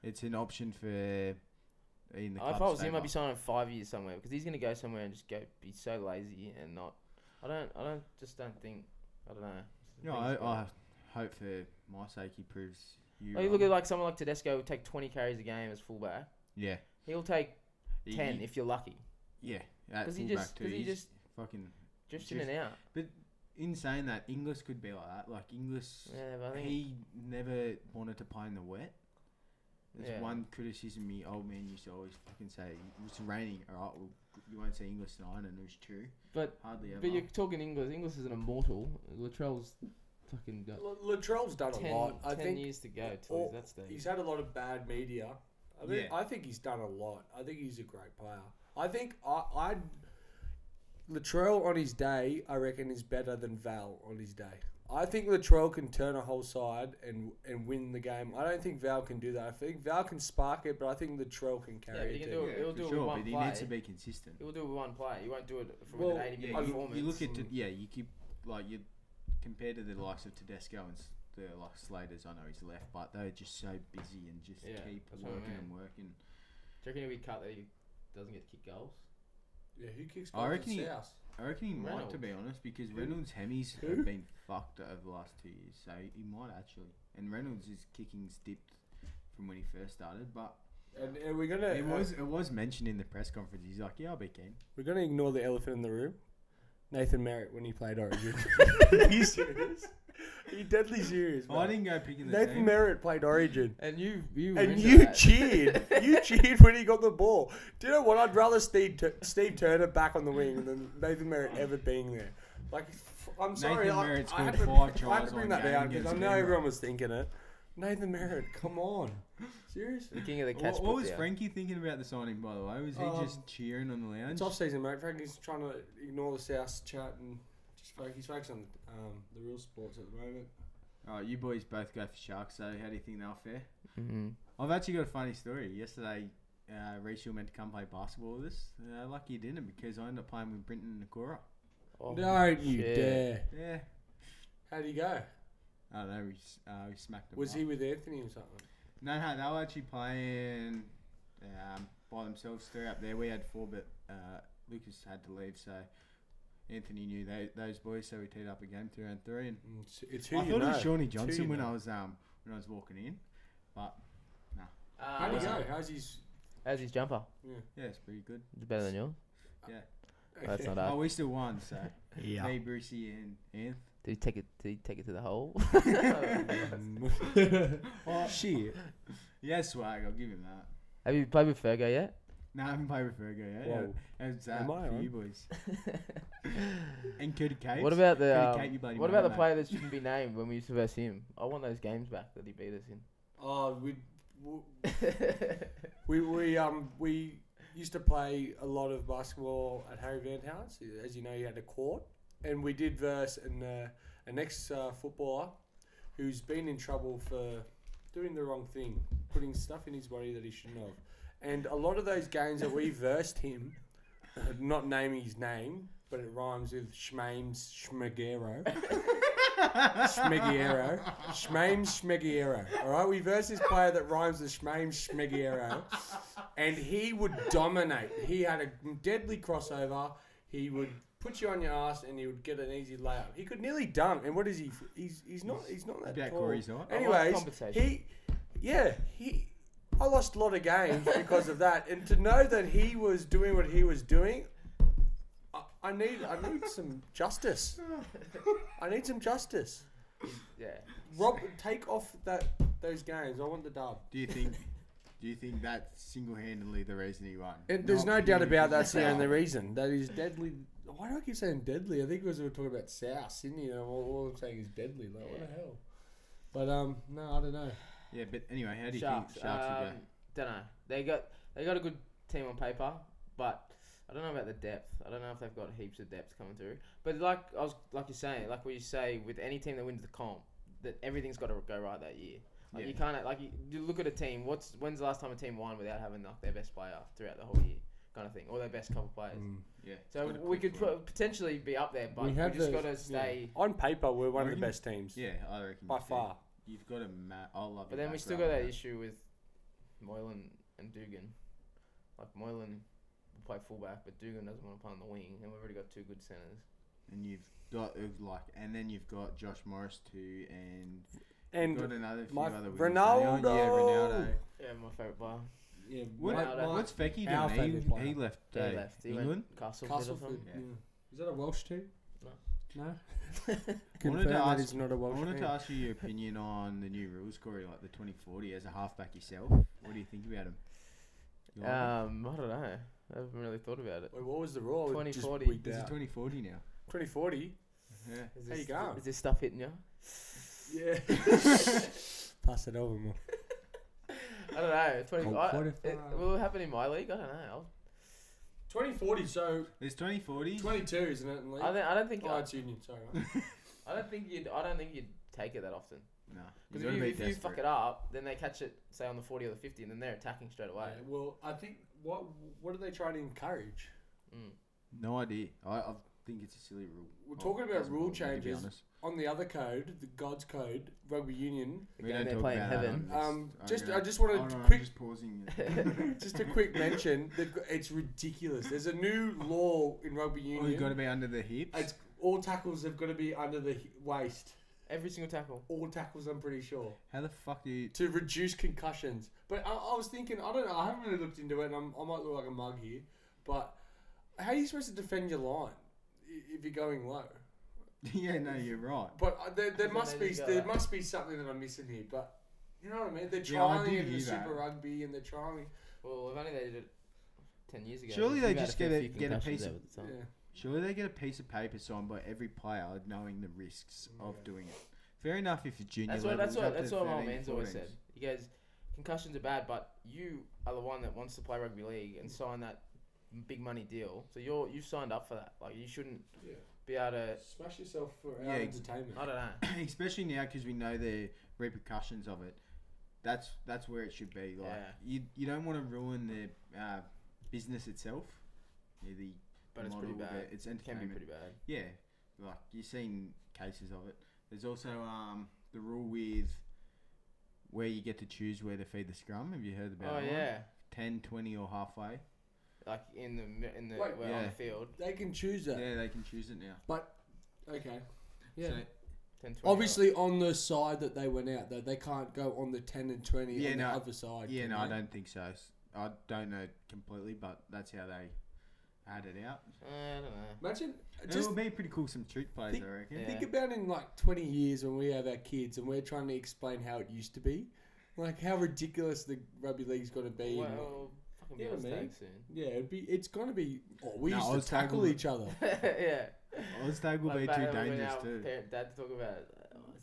Speaker 2: It's an option for uh, in the club.
Speaker 3: if I was
Speaker 2: stable.
Speaker 3: him, I'd be signing five years somewhere because he's gonna go somewhere and just go be so lazy and not. I don't. I don't. Just don't think. I don't know.
Speaker 2: No, I, I hope for my sake he proves you.
Speaker 3: Like, Oh, you look
Speaker 2: wrong.
Speaker 3: at like someone like Tedesco will take twenty carries a game as fullback.
Speaker 2: yeah,
Speaker 3: He'll take
Speaker 2: He-
Speaker 3: ten
Speaker 2: he-
Speaker 3: if you're lucky.
Speaker 2: yeah, at
Speaker 3: Because he
Speaker 2: fullback
Speaker 3: just
Speaker 2: too.
Speaker 3: because he
Speaker 2: He's
Speaker 3: just
Speaker 2: fucking
Speaker 3: drifts in and out.
Speaker 2: in saying that English could be like that. Like English,
Speaker 3: Yeah, but I think
Speaker 2: he never wanted to play in the wet. There's
Speaker 3: Yeah.
Speaker 2: one criticism me old man used to always fucking say. It was raining. All right, well, you won't see English tonight, and it was true.
Speaker 3: But
Speaker 2: Hardly ever.
Speaker 3: but you're talking English. English is an immortal. Latrell's fucking got
Speaker 4: L- Latrell's done
Speaker 3: ten,
Speaker 4: a lot. I
Speaker 3: ten
Speaker 4: think
Speaker 3: years to go till
Speaker 4: all-
Speaker 3: he's that stage.
Speaker 4: he's had a lot of bad media. I think,
Speaker 2: Yeah.
Speaker 4: I think he's done a lot. I think he's a great player. I think I, I'd Latrell on his day, I reckon, is better than Val on his day. I think Latrell can turn a whole side and and win the game. I don't think Val can do that. I think Val can spark it, but I think Latrell can
Speaker 3: yeah, but
Speaker 4: carry
Speaker 3: he can
Speaker 4: it.
Speaker 3: do
Speaker 4: too.
Speaker 3: it. He'll
Speaker 2: for
Speaker 3: do it with
Speaker 2: sure,
Speaker 3: one
Speaker 2: but
Speaker 3: play.
Speaker 2: he needs to be consistent.
Speaker 3: He'll do it with one play. He won't do it from
Speaker 4: Well,
Speaker 3: an eighty
Speaker 2: Yeah,
Speaker 3: minute
Speaker 2: you,
Speaker 3: performance.
Speaker 2: you look at t- yeah, you keep like you compared to the likes of Tedesco and s- the like Slater's. I know he's left, but they're just so busy and just
Speaker 3: Yeah,
Speaker 2: keep
Speaker 3: that's what I
Speaker 2: working
Speaker 3: mean.
Speaker 2: and working.
Speaker 3: Do you reckon he'll be cut that he doesn't get to kick goals?
Speaker 4: Yeah, who kicks
Speaker 2: I
Speaker 4: goals
Speaker 2: reckon
Speaker 4: in
Speaker 2: he-
Speaker 4: South?
Speaker 2: I reckon he might, to
Speaker 3: Reynolds.
Speaker 2: be honest, because Reynolds' hemis have been fucked over the last two years, so he might actually. And Reynolds' is kicking's dipped from when he first started, but
Speaker 4: And, and we're gonna uh,
Speaker 2: it was it was mentioned in the press conference. He's like, "Yeah, I'll be keen."
Speaker 4: we're gonna ignore the elephant in the room. Nathan Merritt when he played Origin. He's serious. He's deadly serious.
Speaker 2: I
Speaker 4: man.
Speaker 2: didn't go picking the
Speaker 4: Nathan
Speaker 2: team.
Speaker 4: Merritt played Origin.
Speaker 3: And you, you, were
Speaker 4: And
Speaker 3: into
Speaker 4: you
Speaker 3: that.
Speaker 4: cheered. You cheered when he got the ball. Do you know what? I'd rather Steve, Tur- Steve Turner back on the wing than Nathan Merritt ever being there. Like, f- I'm sorry.
Speaker 2: Nathan
Speaker 4: I,
Speaker 2: Merritt's
Speaker 4: I, had
Speaker 2: scored
Speaker 4: to,
Speaker 2: five
Speaker 4: I had
Speaker 2: tries
Speaker 4: to bring
Speaker 2: on
Speaker 4: that
Speaker 2: game
Speaker 4: out because
Speaker 2: against
Speaker 4: I know
Speaker 2: Canberra.
Speaker 4: everyone was thinking it. Nathan Merritt, come on. Seriously?
Speaker 3: The king of the
Speaker 2: Wha-
Speaker 3: catch.
Speaker 2: What,
Speaker 3: put
Speaker 2: was
Speaker 3: down.
Speaker 2: Frankie thinking about the signing, by the way? Was he
Speaker 4: Um,
Speaker 2: just cheering on the lounge?
Speaker 4: It's off season, mate. Frankie's trying to ignore the South chat and just focus. He's focused on um, the real sports at the moment.
Speaker 2: All right, you boys both go for Sharks, so how do you think they'll fare?
Speaker 3: Mhm.
Speaker 2: I've actually got a funny story. Yesterday, uh, Rachel meant to come play basketball with us. Uh, lucky he didn't because I ended up playing with Brinton and Nakora.
Speaker 3: Oh,
Speaker 4: Don't you
Speaker 3: shit.
Speaker 4: dare.
Speaker 2: Yeah. How'd
Speaker 4: How'd he go?
Speaker 2: I don't know, we, s- uh, we smacked him
Speaker 4: Was
Speaker 2: up.
Speaker 4: he with Anthony or something?
Speaker 2: No, no, they were actually playing um, by themselves, three up there. We had four, but uh, Lucas had to leave, so Anthony knew tho- those boys, so we teed up a game three and three. And
Speaker 4: Mm, It's, it's who
Speaker 2: I
Speaker 4: you
Speaker 2: thought
Speaker 4: know.
Speaker 2: it was Shawnee
Speaker 4: It's who
Speaker 2: Johnson
Speaker 4: you
Speaker 2: when
Speaker 4: know.
Speaker 2: I was um, when I was walking in, but
Speaker 4: How'd he
Speaker 3: Um,
Speaker 4: go? How's his?
Speaker 3: how's his jumper?
Speaker 2: yeah, it's pretty good.
Speaker 3: It's better than yours.
Speaker 2: Yeah.
Speaker 3: That's not
Speaker 2: Oh,
Speaker 3: bad.
Speaker 2: we still won, so
Speaker 4: Yeah.
Speaker 2: me, Brucey, and Anth.
Speaker 3: Did he take it? Did he take it to the hole?
Speaker 4: Shit.
Speaker 2: Yeah, swag. I'll give him that.
Speaker 3: Have you played with Fergo yet?
Speaker 2: No, I haven't played with Virgo yet.
Speaker 4: Whoa.
Speaker 2: Yeah, it's, uh,
Speaker 4: Am I
Speaker 2: for
Speaker 4: on?
Speaker 2: you boys. and Cody Capes.
Speaker 3: What about the
Speaker 2: Gotta
Speaker 3: um,
Speaker 2: keep your bloody
Speaker 3: what
Speaker 2: mind,
Speaker 3: about the
Speaker 2: mate.
Speaker 3: player that shouldn't be named when we used to verse him? I want those games back that he beat us in.
Speaker 4: Oh, we we we um we used to play a lot of basketball at Harry Van House. As you know, you had a court, and we did verse an uh, an ex uh, footballer who's been in trouble for doing the wrong thing, putting stuff in his body that he shouldn't have. And a lot of those games that we versed him, uh, not naming his name, but it rhymes with Schmames Schmegero. Schmegiero. Schmames Schmegiero. All right, we versed this player that rhymes with Schmames Schmegiero. And he would dominate. He had a deadly crossover. He would put you on your ass, and he would get an easy layup. He could nearly dunk. And what is he? He's he's not he's not that
Speaker 2: Yeah,
Speaker 4: tall.
Speaker 2: Corey's not.
Speaker 3: I like
Speaker 4: Anyways,
Speaker 3: compensation.
Speaker 4: he yeah he. I lost a lot of games because of that, and to know that he was doing what he was doing, I, I need I need some justice. I need some justice.
Speaker 3: Yeah.
Speaker 4: Rob, take off that those games. I want the dub.
Speaker 2: Do you think? Do you think that's single-handedly the reason he won?
Speaker 4: And there's no doubt about that's the
Speaker 2: Yeah.
Speaker 4: only reason. That is deadly. Why do I keep saying deadly? I think because we were talking about South Sydney, and all, all I'm saying is deadly. Like what the hell? But um, no, I don't know.
Speaker 2: Yeah, but anyway, how do you
Speaker 3: Sharks.
Speaker 2: think Sharks will
Speaker 3: um,
Speaker 2: go?
Speaker 3: Don't know. They got they got a good team on paper, but I don't know about the depth. I don't know if they've got heaps of depth coming through. But like I was like you're saying, like what you say with any team that wins the comp, that everything's got to go right that year. Like
Speaker 2: Yeah.
Speaker 3: you can't like you, you look at a team. What's when's the last time a team won without having like their best player throughout the whole year, kind of thing, or their best couple players.
Speaker 2: Yeah.
Speaker 3: So
Speaker 2: Got a
Speaker 3: we
Speaker 2: quick
Speaker 3: could
Speaker 2: one.
Speaker 3: pro- potentially be up there, but
Speaker 4: We
Speaker 3: we,
Speaker 4: have
Speaker 3: just
Speaker 4: the-
Speaker 3: got to stay.
Speaker 4: On paper, we're one of the
Speaker 2: Reckon?
Speaker 4: best teams
Speaker 2: Yeah, I reckon.
Speaker 4: by
Speaker 2: you do.
Speaker 4: far.
Speaker 2: You've got a ma- I love.
Speaker 3: But
Speaker 2: your
Speaker 3: then we
Speaker 2: back
Speaker 3: still
Speaker 2: row,
Speaker 3: got that
Speaker 2: man.
Speaker 3: issue with Moylan and Dugan. Like Moylan will play fullback, but Dugan doesn't want to play on the wing, and we've already got two good centers.
Speaker 2: And you've got uh, like, and then you've got Josh Morris too, and
Speaker 4: And
Speaker 2: got another few
Speaker 4: my-
Speaker 2: other wingers. Now- Yeah,
Speaker 4: Ronaldo!
Speaker 2: Ronaldo.
Speaker 3: Yeah, my favorite player.
Speaker 7: Yeah,
Speaker 2: What,
Speaker 7: my-
Speaker 3: Ronaldo.
Speaker 2: what's Fecky
Speaker 4: Our
Speaker 2: doing?
Speaker 4: favourite
Speaker 2: He, he
Speaker 4: player.
Speaker 2: left.
Speaker 3: He
Speaker 2: Uh,
Speaker 3: left. He
Speaker 2: England.
Speaker 3: went Castleford, or
Speaker 4: Castleford.
Speaker 3: something.
Speaker 2: Yeah.
Speaker 4: Yeah. Is
Speaker 7: that a Welsh team?
Speaker 3: No.
Speaker 7: No.
Speaker 4: Confirm that
Speaker 2: ask-
Speaker 4: he's not a
Speaker 2: I
Speaker 4: Welsh
Speaker 2: wanted
Speaker 4: team.
Speaker 2: to ask you your opinion on the new rules, Corey, like the 2040 as a halfback yourself. What do you think about him? You like him?
Speaker 3: Um, I don't know. I haven't really thought about it.
Speaker 4: Wait, what was the rule? It just
Speaker 3: 2040.
Speaker 4: wigged
Speaker 2: This is
Speaker 4: out.
Speaker 2: 2040 now.
Speaker 4: 2040.
Speaker 2: Yeah.
Speaker 3: Is
Speaker 4: How
Speaker 3: this,
Speaker 4: you going?
Speaker 3: Is this stuff hitting you?
Speaker 4: Yeah. Pass it over more.
Speaker 3: I don't know. Twenty.
Speaker 4: Oh,
Speaker 3: I, it,
Speaker 4: 45.
Speaker 3: will it happen in my league? I don't know.
Speaker 4: 2040. So
Speaker 2: There's 2040.
Speaker 4: 22, isn't it? In league?
Speaker 3: I don't. I don't think.
Speaker 4: oh,
Speaker 3: I,
Speaker 4: it's union. Sorry.
Speaker 3: I don't think you'd. I don't think you'd take it that often.
Speaker 2: No.
Speaker 3: Because if,
Speaker 2: gotta
Speaker 3: you,
Speaker 2: be
Speaker 3: if you fuck
Speaker 2: desperate.
Speaker 3: it up, then they catch it, say on the forty or the fifty, and then they're attacking straight away.
Speaker 4: Yeah, well, I think what what are they trying to encourage?
Speaker 3: Mm.
Speaker 2: No idea. I, I think it's a silly rule.
Speaker 4: We're
Speaker 2: Oh,
Speaker 4: talking
Speaker 2: it
Speaker 4: about
Speaker 2: doesn't
Speaker 4: rule
Speaker 2: bother me, to be
Speaker 4: changes.
Speaker 2: honest.
Speaker 4: On the other code, the God's code, rugby union.
Speaker 2: We
Speaker 3: Again,
Speaker 2: don't
Speaker 3: they're
Speaker 2: talk
Speaker 3: playing
Speaker 2: about that
Speaker 3: heaven.
Speaker 2: on this.
Speaker 4: Um,
Speaker 2: I'm
Speaker 4: just
Speaker 2: gonna-
Speaker 4: I just wanted
Speaker 2: Oh,
Speaker 4: to
Speaker 2: no, I'm
Speaker 4: quick,
Speaker 2: just pausing.
Speaker 4: just a quick mention. That g- it's ridiculous. There's a new law in rugby
Speaker 2: Oh, you
Speaker 4: union.
Speaker 2: got to be under the hips.
Speaker 4: it's all tackles have got to be under the he- waist.
Speaker 3: Every single tackle.
Speaker 4: All tackles, I'm pretty sure,
Speaker 2: How the fuck do you?
Speaker 4: to reduce concussions. But I, I was thinking, I don't know. I haven't really looked into it, and I'm, I might look like a mug here. But how are you supposed to defend your line i- if you're going low?
Speaker 2: yeah, no, you're right.
Speaker 4: But uh, there, there
Speaker 3: Doesn't
Speaker 4: must
Speaker 3: really
Speaker 4: be
Speaker 3: go
Speaker 4: there
Speaker 3: that.
Speaker 4: must be something that I'm missing here. But you know what I mean? They're
Speaker 2: Yeah, I
Speaker 4: trying
Speaker 2: did
Speaker 4: it in the
Speaker 2: hear that.
Speaker 4: Super Rugby and they're trying.
Speaker 3: Well, if only they did it ten years ago.
Speaker 2: Surely
Speaker 3: we've
Speaker 2: they
Speaker 3: had
Speaker 2: just
Speaker 3: fair
Speaker 2: get a-
Speaker 3: few
Speaker 2: get a
Speaker 3: concussions
Speaker 2: piece of-
Speaker 3: over the
Speaker 4: Yeah.
Speaker 3: time.
Speaker 2: Surely they get a piece of paper signed by every player knowing the risks of doing it. Fair enough if you're junior
Speaker 3: That's what
Speaker 2: level.
Speaker 3: that's
Speaker 2: up
Speaker 3: what
Speaker 2: to
Speaker 3: that's what my
Speaker 2: 13,
Speaker 3: man's always
Speaker 2: 14s.
Speaker 3: said. You guys, concussions are bad, but you are the one that wants to play rugby league and sign that big money deal. So you're you signed up for that. Like you shouldn't
Speaker 4: Yeah.
Speaker 3: be able to.
Speaker 4: Smash yourself for our
Speaker 2: Yeah, ex-
Speaker 4: entertainment.
Speaker 3: I don't know.
Speaker 2: Especially now because we know the repercussions of it. That's that's where it should be. Like
Speaker 3: Yeah.
Speaker 2: you, you don't want to ruin the uh, business itself. Yeah, the
Speaker 3: But it's pretty
Speaker 2: model of
Speaker 3: bad.
Speaker 2: It. It's
Speaker 3: It can be
Speaker 2: entertainment.
Speaker 3: pretty bad.
Speaker 2: Yeah, like you've seen cases of it. There's also um, the rule with where you get to choose where to feed the scrum. Have you heard about
Speaker 3: Oh
Speaker 2: that one?
Speaker 3: yeah,
Speaker 2: 10, 20 or halfway.
Speaker 3: like in the mi- in the
Speaker 4: Wait,
Speaker 3: well, on
Speaker 2: Yeah.
Speaker 3: the field,
Speaker 4: They can choose that.
Speaker 2: Yeah, they can choose it now.
Speaker 4: But okay. Yeah.
Speaker 2: So,
Speaker 3: 10, 20
Speaker 4: Obviously, on the side that they went out, though, they can't go on the 10 and 20
Speaker 2: Yeah,
Speaker 4: on
Speaker 2: no.
Speaker 4: the other side.
Speaker 2: yeah,
Speaker 4: can
Speaker 2: no, I
Speaker 4: they?
Speaker 2: don't think so. S- I don't know completely, but that's how they had it out.
Speaker 3: Uh, I don't know.
Speaker 4: Imagine,
Speaker 2: it
Speaker 4: just
Speaker 2: would be pretty cool some trick plays,
Speaker 4: Think-
Speaker 2: I reckon.
Speaker 3: Yeah.
Speaker 4: think about in like 20 years when we have our kids and we're trying to explain how it used to be. Like, how ridiculous the rugby league's going to be. and, like,
Speaker 3: Well, fucking be
Speaker 4: Yeah,
Speaker 3: on
Speaker 4: mate.
Speaker 3: stag soon.
Speaker 4: Yeah, it'd be. It's gonna be. Oh, we
Speaker 2: No, I
Speaker 4: used
Speaker 2: was
Speaker 4: to tackle
Speaker 2: tackling-
Speaker 4: each other.
Speaker 3: yeah.
Speaker 2: Oztag will
Speaker 3: Like
Speaker 2: be
Speaker 3: back
Speaker 2: too
Speaker 3: when
Speaker 2: dangerous,
Speaker 3: our
Speaker 2: too.
Speaker 3: Parent, dad talk about it.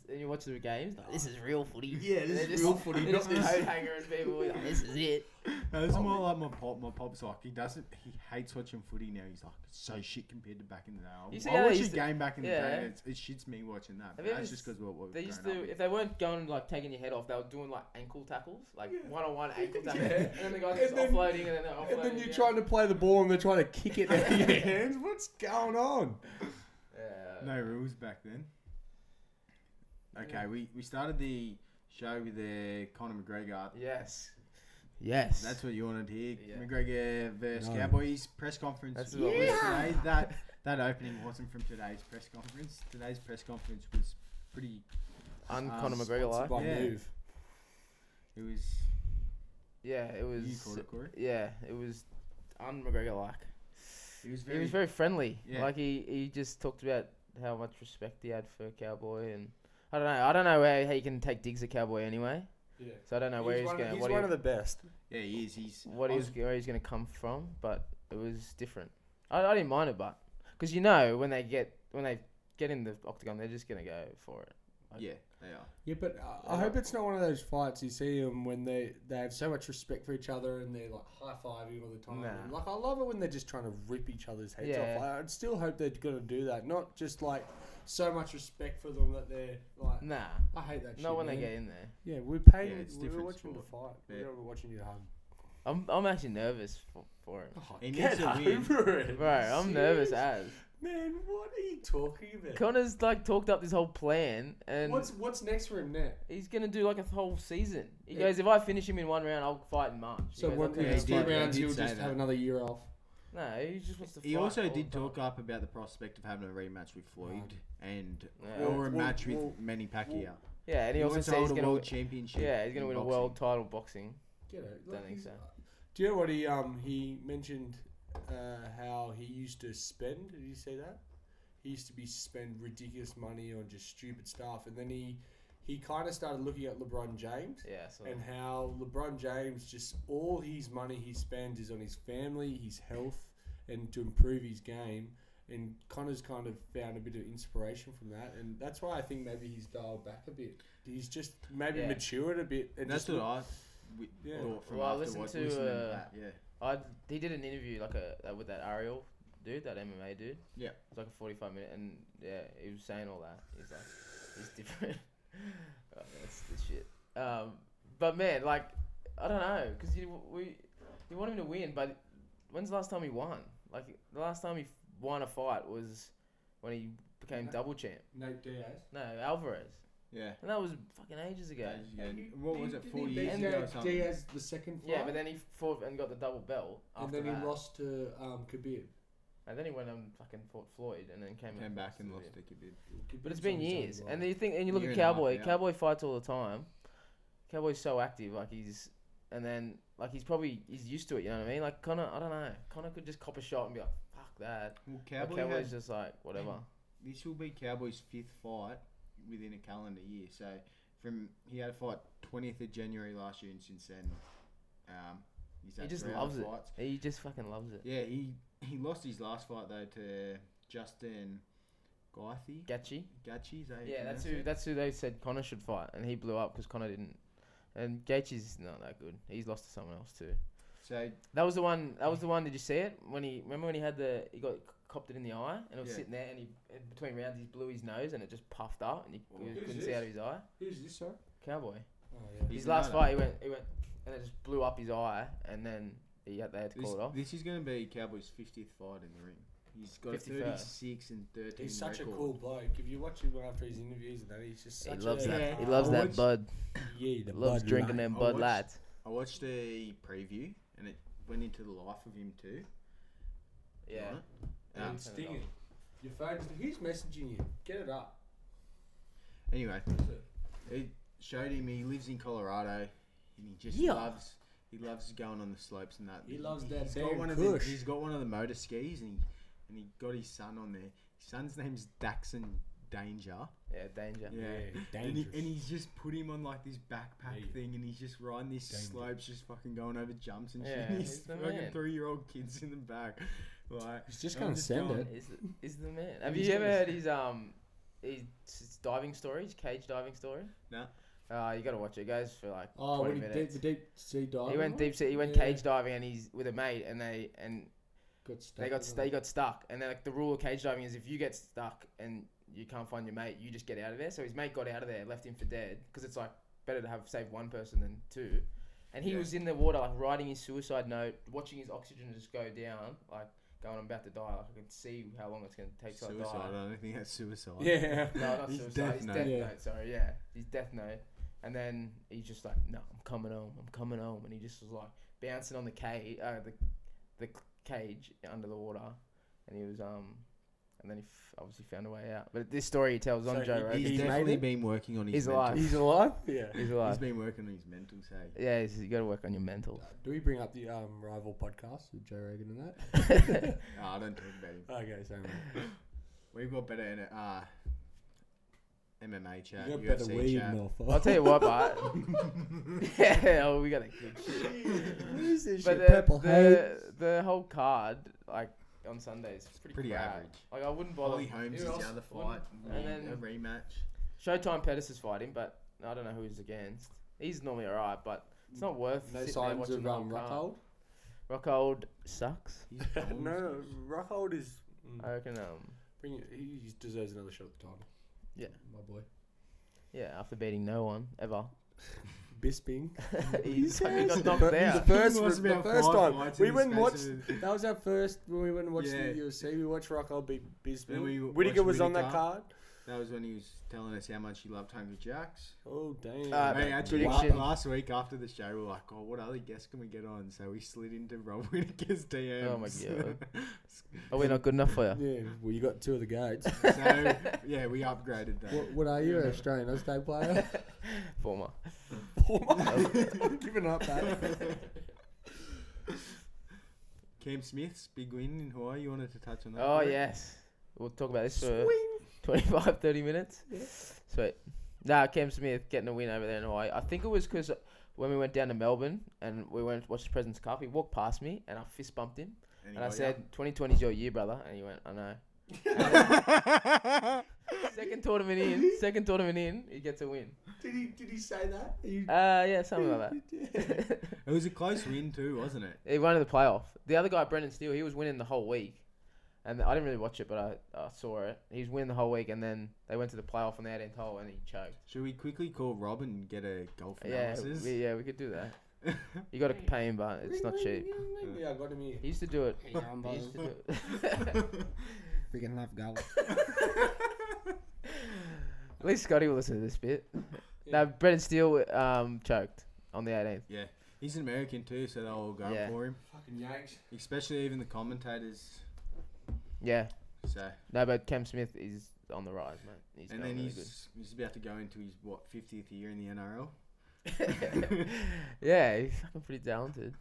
Speaker 3: And you watch the games. Like, this is real footy.
Speaker 4: Yeah, this
Speaker 3: They're
Speaker 4: is
Speaker 3: just-
Speaker 4: real footy,
Speaker 3: they're
Speaker 4: not
Speaker 3: just
Speaker 4: this.
Speaker 3: coat hangers people. Like, this is it.
Speaker 2: No,
Speaker 3: Oh,
Speaker 2: it's more like my pop. My pop's like he doesn't. He hates watching footy now. He's like it's so shit compared to back in the day. I-
Speaker 3: You see
Speaker 2: I
Speaker 3: how they
Speaker 2: watch a
Speaker 3: used to-
Speaker 2: game back in the
Speaker 3: yeah.
Speaker 2: day. And it's, it shits me watching that. But
Speaker 3: you
Speaker 2: that's
Speaker 3: ever
Speaker 2: just because we're what
Speaker 3: They
Speaker 2: we've
Speaker 3: used
Speaker 2: grown
Speaker 3: to,
Speaker 2: up.
Speaker 3: if they weren't going like taking your head off, they were doing like ankle tackles, like one on one ankle
Speaker 4: Yeah.
Speaker 3: tackles. And then the guys just
Speaker 4: And then-
Speaker 3: offloading, and then they're offloading.
Speaker 4: And then you're
Speaker 3: again.
Speaker 4: trying to play the ball and they're trying to kick it out of your hands. What's going on?
Speaker 3: Yeah.
Speaker 2: No rules back then. Okay, we, we started the show with the Conor McGregor.
Speaker 3: Yes. Yes.
Speaker 2: That's what you wanted to hear.
Speaker 3: Yeah.
Speaker 2: McGregor versus
Speaker 4: No.
Speaker 2: Cowboys press conference.
Speaker 3: That's
Speaker 2: was
Speaker 3: what we-
Speaker 2: today. That that opening wasn't from today's press conference. Today's press conference was pretty.
Speaker 3: Un
Speaker 2: Um,
Speaker 3: Conor McGregor like.
Speaker 4: by
Speaker 2: Yeah.
Speaker 4: move.
Speaker 2: It was.
Speaker 3: Yeah, it was.
Speaker 2: You called it, Corey.
Speaker 3: Yeah, it was un McGregor like.
Speaker 2: It was
Speaker 3: He
Speaker 2: very.
Speaker 3: was very friendly.
Speaker 2: Yeah.
Speaker 3: Like he, he just talked about how much respect he had for Cowboy and I don't know. I don't know how, how you can take digs at Cowboy anyway.
Speaker 4: Yeah.
Speaker 3: So I don't know where he's,
Speaker 5: one,
Speaker 3: going.
Speaker 5: he's
Speaker 3: What,
Speaker 5: one
Speaker 3: he,
Speaker 5: of the best.
Speaker 2: yeah, he is. He's.
Speaker 3: what
Speaker 2: I
Speaker 3: he's
Speaker 2: was-
Speaker 3: where he's going to come from, but it was different. I, I didn't mind it, but because you know when they get when they get in the octagon, they're just going to go for it.
Speaker 2: Yeah, they are.
Speaker 4: Yeah, but I, I
Speaker 3: Yeah.
Speaker 4: hope it's not one of those fights you see them when they, they have so much respect for each other and they're like high fiving all the time.
Speaker 3: Nah.
Speaker 4: Like I love it when they're just trying to rip each other's heads
Speaker 3: Yeah.
Speaker 4: off. I, I'd still hope they're gonna do that. Not just like so much respect for them that they're like.
Speaker 3: Nah,
Speaker 4: I hate that. shit,
Speaker 3: not when
Speaker 4: man.
Speaker 3: they get in there.
Speaker 4: Yeah, we're paying.
Speaker 2: Yeah, it's
Speaker 4: we're
Speaker 2: different
Speaker 4: watching
Speaker 2: sport.
Speaker 4: the fight.
Speaker 2: Yeah.
Speaker 4: We're not watching you um, hug.
Speaker 3: I'm I'm actually nervous for, for him,
Speaker 4: Oh,
Speaker 2: He needs
Speaker 4: get
Speaker 2: to win.
Speaker 4: over it,
Speaker 3: bro. I'm nervous
Speaker 4: Serious?
Speaker 3: as
Speaker 4: Man, what are you talking about?
Speaker 3: Connor's like talked up this whole plan and.
Speaker 4: What's what's next for him now?
Speaker 3: He's gonna do like a whole season. He
Speaker 4: Yeah.
Speaker 3: goes, if I finish him in one round, I'll fight in March. He
Speaker 4: So
Speaker 3: goes,
Speaker 4: what?
Speaker 3: "I'll
Speaker 4: In
Speaker 3: do
Speaker 2: yeah,
Speaker 4: a
Speaker 2: he
Speaker 3: it."
Speaker 4: few
Speaker 2: did- he
Speaker 4: rounds,
Speaker 2: did
Speaker 4: he'll
Speaker 2: say
Speaker 4: just
Speaker 2: that.
Speaker 4: have another year off.
Speaker 3: No, he just wants to.
Speaker 2: He
Speaker 3: fight
Speaker 2: also
Speaker 3: all
Speaker 2: did
Speaker 3: the time.
Speaker 2: talk up about the prospect of having a rematch with Floyd and
Speaker 3: Yeah.
Speaker 2: or a
Speaker 4: Well,
Speaker 2: match with
Speaker 4: well,
Speaker 2: Manny Pacquiao.
Speaker 3: Yeah, and he, also
Speaker 2: wants to
Speaker 3: said he's
Speaker 2: hold a
Speaker 3: gonna.
Speaker 2: world
Speaker 3: Win,
Speaker 2: championship.
Speaker 3: yeah, he's gonna
Speaker 2: in
Speaker 3: win a
Speaker 2: boxing.
Speaker 3: world title boxing.
Speaker 4: Get it?
Speaker 3: Don't think so.
Speaker 4: Do you know what he um he mentioned uh, how he used to spend? Did you see that? He used to be spend ridiculous money on just stupid stuff, and then he he kind of started looking at LeBron James
Speaker 3: Yeah, so
Speaker 4: and how LeBron James just all his money he spends is on his family, his health, and to improve his game. And Connor's kind of found a bit of inspiration from that, and that's why I think maybe he's dialed back a bit. He's just maybe
Speaker 3: Yeah.
Speaker 4: matured a bit. And
Speaker 2: That's
Speaker 4: just
Speaker 2: what I w-
Speaker 4: Yeah.
Speaker 2: thought from
Speaker 3: Well, I
Speaker 2: after
Speaker 3: listened
Speaker 2: what-
Speaker 3: to,
Speaker 2: listening
Speaker 3: uh,
Speaker 2: that. Yeah.
Speaker 3: I he did an interview like a uh, with that Ariel dude, that MMA dude.
Speaker 2: Yeah.
Speaker 3: It was like a forty-five minute, and yeah, he was saying all that. He's like, he's different. oh, that's the shit. Um, but man, like, I don't know, cause you we you want him to win, but when's the last time he won? Like the last time he won a fight was when he became
Speaker 4: Yeah.
Speaker 3: double champ.
Speaker 4: Nate Diaz.
Speaker 3: No, Alvarez,
Speaker 2: Yeah.
Speaker 3: and that was fucking ages ago.
Speaker 2: Ages ago. What was it? Four
Speaker 4: Didn't he
Speaker 2: years
Speaker 4: beat
Speaker 2: ago or
Speaker 4: Diaz-
Speaker 2: something.
Speaker 4: Diaz the second fight.
Speaker 3: Yeah, but then he fought and got the double belt.
Speaker 4: and
Speaker 3: After
Speaker 4: then he
Speaker 3: that.
Speaker 4: lost to um, Khabib.
Speaker 3: And then he went and fucking fought Floyd, and then came,
Speaker 2: Came
Speaker 3: and
Speaker 2: back and
Speaker 3: lost
Speaker 2: lost
Speaker 3: to him.
Speaker 2: it. He did.
Speaker 3: But it's been years, and then you think, and you look
Speaker 2: Year
Speaker 3: at
Speaker 2: and a half,
Speaker 3: Cowboy.
Speaker 2: yeah.
Speaker 3: Cowboy fights all the time. Cowboy's so active, like he's, and then like he's probably he's used to it. You know what I mean? Like Connor, I don't know. Connor could just cop a shot and be like, "Fuck that."
Speaker 2: Well,
Speaker 3: But
Speaker 2: Cowboy
Speaker 3: Cowboy's
Speaker 2: had-
Speaker 3: just like whatever.
Speaker 2: this will be Cowboy's fifth fight within a calendar year. So from he had a fight 20th of January last year, and since then, um, he's had
Speaker 3: He just
Speaker 2: three other
Speaker 3: loves it.
Speaker 2: fights.
Speaker 3: He just fucking loves it.
Speaker 2: Yeah, he he lost his last fight though to Justin Gaethje.
Speaker 3: Gachi.
Speaker 2: Gaethje, is that how you
Speaker 3: Yeah, that's
Speaker 2: pronounce
Speaker 3: who.
Speaker 2: it?
Speaker 3: That's who they said Connor should fight, and he blew up because Connor didn't. And Gaethje's not that good. He's lost to someone else too.
Speaker 2: So
Speaker 3: That was the one. That was the one. Did you see it? When he remember when he had the he got c- copped it in the eye and it was
Speaker 2: Yeah.
Speaker 3: sitting there and he and between rounds he blew his nose and it just puffed up and he,
Speaker 2: Oh.
Speaker 3: he
Speaker 4: Who's
Speaker 3: couldn't see
Speaker 4: this?
Speaker 3: out of his eye.
Speaker 4: Who's this, sir?
Speaker 3: Cowboy.
Speaker 4: Oh, yeah.
Speaker 2: He's
Speaker 3: his last
Speaker 2: another.
Speaker 3: fight he went he went and it just blew up his eye and then he had, they had to
Speaker 2: this,
Speaker 3: call it off.
Speaker 2: this is going to be Cowboy's 50th fight in the ring. He's got
Speaker 3: 51st.
Speaker 2: a 36 and 13
Speaker 4: He's such
Speaker 2: record.
Speaker 4: a cool bloke. If you watch him after his interviews and that, he's just such
Speaker 3: he loves
Speaker 4: a,
Speaker 3: that.
Speaker 2: Yeah.
Speaker 3: He loves
Speaker 2: I
Speaker 3: that
Speaker 2: watched-
Speaker 3: Bud.
Speaker 4: Yeah, the
Speaker 3: Loves
Speaker 4: Bud
Speaker 3: drinking
Speaker 4: Light.
Speaker 3: them
Speaker 2: I
Speaker 3: Bud
Speaker 2: watched-
Speaker 3: Lights.
Speaker 2: I watched a preview and it went into the life of him too.
Speaker 3: Yeah.
Speaker 2: right?
Speaker 4: Yeah,
Speaker 2: Um,
Speaker 4: it's stinging. Your phone's. Who's messaging you? Get it up.
Speaker 2: Anyway, it showed him he lives in Colorado and he just
Speaker 3: Yeah.
Speaker 2: loves he loves going on the slopes and that.
Speaker 4: He loves that
Speaker 2: He's
Speaker 4: damn
Speaker 2: got one of the,
Speaker 4: kush.
Speaker 2: he's got one of the motor skis and he, and he got his son on there. His son's name's Daxon Danger.
Speaker 3: Yeah. Danger.
Speaker 2: Yeah. And, he,
Speaker 4: dangerous.
Speaker 2: and he's just put him on like this backpack
Speaker 4: Yeah.
Speaker 2: thing, and he's just riding these
Speaker 4: Danger.
Speaker 2: slopes, just fucking going over jumps and shit.
Speaker 3: Yeah,
Speaker 2: and
Speaker 3: he's
Speaker 2: he's
Speaker 3: the
Speaker 2: fucking
Speaker 3: man.
Speaker 2: three-year-old kids in the back, like
Speaker 4: He's just
Speaker 2: I'm
Speaker 4: gonna send
Speaker 2: going,
Speaker 4: it.
Speaker 3: Is the, is the man? Have
Speaker 4: He's
Speaker 3: you ever
Speaker 4: got his-
Speaker 3: heard his um his, his diving story? His cage diving story?
Speaker 2: No.
Speaker 3: Uh, you gotta watch it. It goes for like
Speaker 4: Oh,
Speaker 3: 20
Speaker 4: when he
Speaker 3: minutes.
Speaker 4: did the deep sea
Speaker 2: Oh,
Speaker 4: dive.
Speaker 3: He went deep sea. He went
Speaker 4: Yeah.
Speaker 3: cage diving, and he's with a mate, and they and
Speaker 4: Got stuck.
Speaker 3: they got
Speaker 4: in
Speaker 3: st-
Speaker 4: that.
Speaker 3: they got stuck. And then like the rule of cage diving is if you get stuck and you can't find your mate, you just get out of there. So his mate got out of there, left him for dead, because it's like better to have save one person than two. And he
Speaker 2: Yeah.
Speaker 3: was in the water, like writing his suicide note, watching his oxygen just go down, like going, I'm about to die. Like I could see how long it's gonna take till I
Speaker 2: suicide.
Speaker 3: die.
Speaker 2: I don't think that's suicide.
Speaker 4: Yeah.
Speaker 3: No, not
Speaker 2: His
Speaker 3: suicide.
Speaker 2: death
Speaker 3: his
Speaker 2: note.
Speaker 3: death
Speaker 4: Yeah.
Speaker 3: note. Sorry, yeah, his death note. And then he's just like, no, I'm coming home. I'm coming home. And he just was like bouncing on the cage, uh, the the c- cage under the water, and he was um and then he f- obviously found a way out. But this story he tells on
Speaker 4: So
Speaker 3: Joe
Speaker 4: he-
Speaker 3: Rogan,
Speaker 2: He's,
Speaker 4: He's made
Speaker 2: definitely
Speaker 4: it?
Speaker 2: been working on his
Speaker 3: He's
Speaker 2: mental.
Speaker 3: alive.
Speaker 4: He's alive. Yeah.
Speaker 3: he's
Speaker 2: He's
Speaker 3: alive.
Speaker 2: been working on his mental, say.
Speaker 3: Yeah, he's, you got to work on your mental.
Speaker 4: Do we bring up the um, rival podcast with Joe Rogan and that?
Speaker 2: Oh, I don't talk about him.
Speaker 4: Okay, so
Speaker 2: We've got better in uh, MMA chat,
Speaker 4: you got better
Speaker 2: UFC
Speaker 4: weed,
Speaker 2: chat.
Speaker 3: I'll
Speaker 4: Melford.
Speaker 3: tell you what, but yeah, oh, we got a good shit.
Speaker 4: Who's this
Speaker 3: But
Speaker 4: shit?
Speaker 3: the,
Speaker 4: Purple
Speaker 3: the, the whole card, like on Sunday, is pretty,
Speaker 2: Pretty
Speaker 3: crap.
Speaker 2: average.
Speaker 3: Like I wouldn't bother.
Speaker 2: Holly Holmes is
Speaker 8: Who
Speaker 2: the
Speaker 8: else
Speaker 2: other
Speaker 8: won?
Speaker 2: fight.
Speaker 3: And
Speaker 2: a
Speaker 3: then-
Speaker 2: rematch.
Speaker 3: Showtime Pettis is fighting, but I don't know who he's against. He's normally alright, but it's not worth.
Speaker 4: No
Speaker 3: sitting there
Speaker 4: signs
Speaker 3: watching
Speaker 4: of
Speaker 3: the whole
Speaker 4: um,
Speaker 3: card.
Speaker 4: Rockhold.
Speaker 3: Rockhold sucks.
Speaker 2: He's
Speaker 4: no,
Speaker 2: gone.
Speaker 4: no, Rockhold is. mm,
Speaker 3: I reckon. Um,
Speaker 4: Bring it, he he deserves another shot at the title.
Speaker 3: Yeah.
Speaker 4: my boy.
Speaker 3: yeah, after beating no one ever,
Speaker 4: Bisping.
Speaker 3: he's, he got
Speaker 4: But
Speaker 3: knocked
Speaker 4: he's
Speaker 3: out.
Speaker 4: the first,
Speaker 2: Lost
Speaker 4: the
Speaker 2: about
Speaker 4: first
Speaker 2: five
Speaker 4: time
Speaker 2: fights in
Speaker 4: we
Speaker 2: the
Speaker 4: went and watched.
Speaker 2: space of-
Speaker 4: That was our first when we went and watched
Speaker 2: Yeah.
Speaker 4: the UFC. We watched Rockhold beat
Speaker 2: Then we
Speaker 4: Bisping.
Speaker 2: watched
Speaker 4: Whitaker was on that
Speaker 2: Whittaker.
Speaker 4: card.
Speaker 2: That was when he was telling us how much he loved Hungry Jacks.
Speaker 4: Oh damn!
Speaker 3: Uh,
Speaker 2: Mate, actually, la-
Speaker 3: prediction.
Speaker 2: last week after the show, we were like, oh, what other guests can we get on? So we slid into Rob Whitaker's DMs.
Speaker 3: Oh my God. Are we not good enough for you?
Speaker 4: yeah, well, you got two of the goats.
Speaker 2: so, yeah, we upgraded that.
Speaker 4: what, what are you, an Australian Australian player?
Speaker 3: Former.
Speaker 4: I'm giving up that.
Speaker 2: Cam Smith's big win in Hawaii. You wanted to touch on that?
Speaker 3: Oh
Speaker 2: Brett?
Speaker 3: yes, we'll talk about this for 25, 30 minutes. Sweet. Nah, Cam Smith getting a win over there in Hawaii. I think it was because when we went down to Melbourne and we went to watch the President's Cup, he walked past me and I fist bumped him.
Speaker 2: And he
Speaker 3: And I
Speaker 2: got
Speaker 3: said,
Speaker 2: you.
Speaker 3: "2020's your year, brother." And he went, "I know." second tournament in, second tournament in, he gets a win.
Speaker 4: Did he? Did he say that? Are you-
Speaker 3: Uh, yeah, something like that.
Speaker 2: it was a close win too, wasn't it?
Speaker 3: he won in the playoff. The other guy, Brendan Steele, he was winning the whole week, and I didn't really watch it, but I, I saw it. He was winning the whole week, and then they went to the playoff on the 18th hole, and he choked.
Speaker 2: Should we quickly call Rob and get a golf
Speaker 3: Yeah,
Speaker 2: analysis?
Speaker 3: we, yeah, we could do that. You got to pay him, but it's not cheap.
Speaker 4: Yeah, I got him here.
Speaker 3: He used to do it.
Speaker 4: Hey, I'm
Speaker 3: He used to do it.
Speaker 4: freaking love golf.
Speaker 3: At least Scotty will listen to this bit. No, Brendan Steele um, choked on the 18th.
Speaker 2: Yeah. He's an American too, so they'll all go
Speaker 3: Yeah.
Speaker 2: for him.
Speaker 4: Fucking Yanks.
Speaker 2: Especially even the commentators.
Speaker 3: Yeah.
Speaker 2: So
Speaker 3: No, but Cam Smith is on the rise, mate. He's
Speaker 2: and
Speaker 3: going
Speaker 2: then
Speaker 3: really
Speaker 2: he's he's about to go into his what fiftieth year in the NRL.
Speaker 3: good. yeah, he's fucking pretty talented.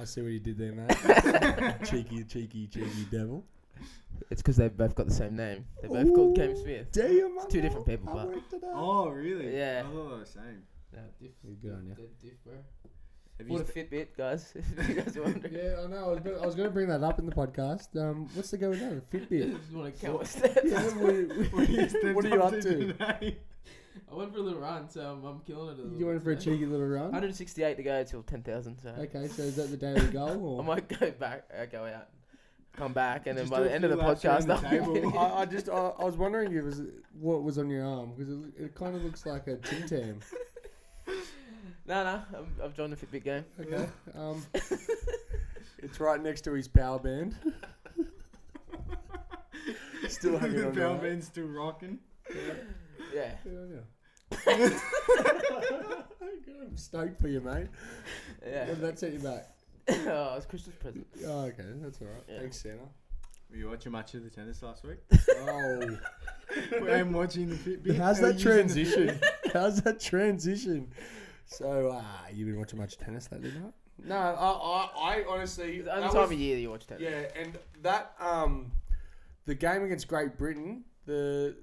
Speaker 4: I see what he did there, mate. cheeky, cheeky, cheeky devil.
Speaker 3: It's because they've both got the same name. They're both called Cam Smith.
Speaker 4: Damn,
Speaker 3: It's two different people,
Speaker 4: I
Speaker 3: but-
Speaker 4: worked it out.
Speaker 2: Oh really?
Speaker 3: Yeah.
Speaker 2: I thought they were the same.
Speaker 4: Yeah, good on ya.
Speaker 2: Have
Speaker 3: What a
Speaker 2: you st-
Speaker 3: Fitbit, guys. if you guys are wondering.
Speaker 4: Yeah, I know. I was, gonna, I was going to bring that up in the podcast. Um, what's the go with that? Fitbit.
Speaker 9: just want to
Speaker 3: Count my
Speaker 9: count.
Speaker 3: steps.
Speaker 4: Yeah,
Speaker 2: what are you, stepped
Speaker 4: what are you up to?
Speaker 2: today?
Speaker 9: I went for a little run, so I'm, I'm killing it. A little
Speaker 4: You went
Speaker 9: bit
Speaker 4: for a
Speaker 9: today.
Speaker 4: cheeky little run.
Speaker 3: 168 to go till 10,000. So
Speaker 4: Okay, so is that the daily goal?
Speaker 3: I
Speaker 4: Or?
Speaker 3: might go back, uh, go out, come back, and then
Speaker 2: Just
Speaker 3: by
Speaker 2: do
Speaker 3: the
Speaker 2: a
Speaker 3: end of
Speaker 2: few
Speaker 3: the
Speaker 2: laps around
Speaker 3: podcast,
Speaker 2: the
Speaker 3: I'll be
Speaker 2: table.
Speaker 3: finished.
Speaker 4: I, I just I, I was wondering if it was what was on your arm because it, it kind of looks like a Tim Tam.
Speaker 3: No, no, I'm, I've joined the Fitbit game.
Speaker 4: Okay. Um, it's right next to his power band. Still hanging
Speaker 2: the
Speaker 4: on to
Speaker 2: bell
Speaker 4: that.
Speaker 2: man's still rocking.
Speaker 3: Yeah.
Speaker 4: Yeah, I know. God, I'm stoked for you, mate.
Speaker 3: Yeah.
Speaker 4: Well, that set you back.
Speaker 3: oh, it's Christmas present.
Speaker 4: Oh, okay, that's all right.
Speaker 3: Yeah.
Speaker 4: Thanks, Santa.
Speaker 2: Were you watching much of the tennis last week?
Speaker 4: Oh,
Speaker 2: I'm watching the Fitbit.
Speaker 4: how's
Speaker 2: Are
Speaker 4: that
Speaker 2: you using the
Speaker 4: transition? how's that transition? So, uh, you've been watching much tennis lately, mate? No, I, I, I honestly.
Speaker 3: It's the only time of year that you watch tennis.
Speaker 4: Yeah, and that um, the game against Great Britain, the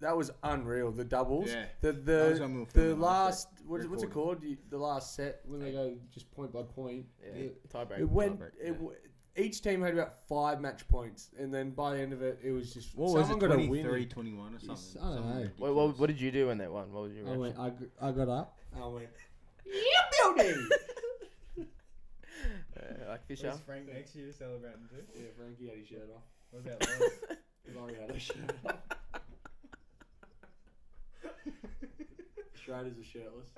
Speaker 4: that was unreal. The doubles,
Speaker 2: Yeah.
Speaker 4: the
Speaker 2: That was when we
Speaker 4: the
Speaker 2: were filming
Speaker 4: the
Speaker 2: last
Speaker 4: last what, what's it called? You, the last set when they go just point by point.
Speaker 3: Yeah.
Speaker 4: It,
Speaker 3: Tiebreak.
Speaker 4: it went.
Speaker 2: Tiebreak, yeah.
Speaker 4: It, w each team had about five match points, and then by the end of it, it was just
Speaker 2: What was
Speaker 4: someone
Speaker 2: it?
Speaker 4: got a
Speaker 2: 23,
Speaker 4: win.
Speaker 2: 21 or something.
Speaker 4: I don't
Speaker 2: Something
Speaker 4: know.
Speaker 3: Wait, what, what did you do when they won? What was your
Speaker 4: I
Speaker 3: reaction?
Speaker 4: went. I, g- I got up. I went. Yeah, building.
Speaker 3: Uh, like Fisher.
Speaker 2: Where's Frank next year celebrating too?
Speaker 4: yeah, Frankie had his shirt off.
Speaker 2: What about Lawrence?
Speaker 4: Laurie had a shirt on. Schrader's a shirtless.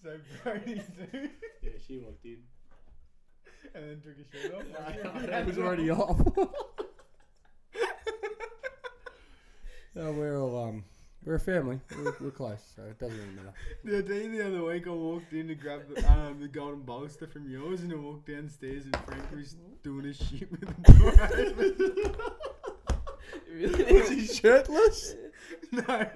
Speaker 2: so Brody too,
Speaker 4: Yeah, she walked in.
Speaker 2: and then took a shirt off.
Speaker 4: it was already off. no, we're all um, we're a family. We're, we're close, so it doesn't really matter.
Speaker 2: The day the other week, I walked in to grab the, um, the golden bolster from yours, and I walked downstairs, and Frank was doing his shit with the door open.
Speaker 10: really didn't,
Speaker 4: he shirtless?
Speaker 2: no.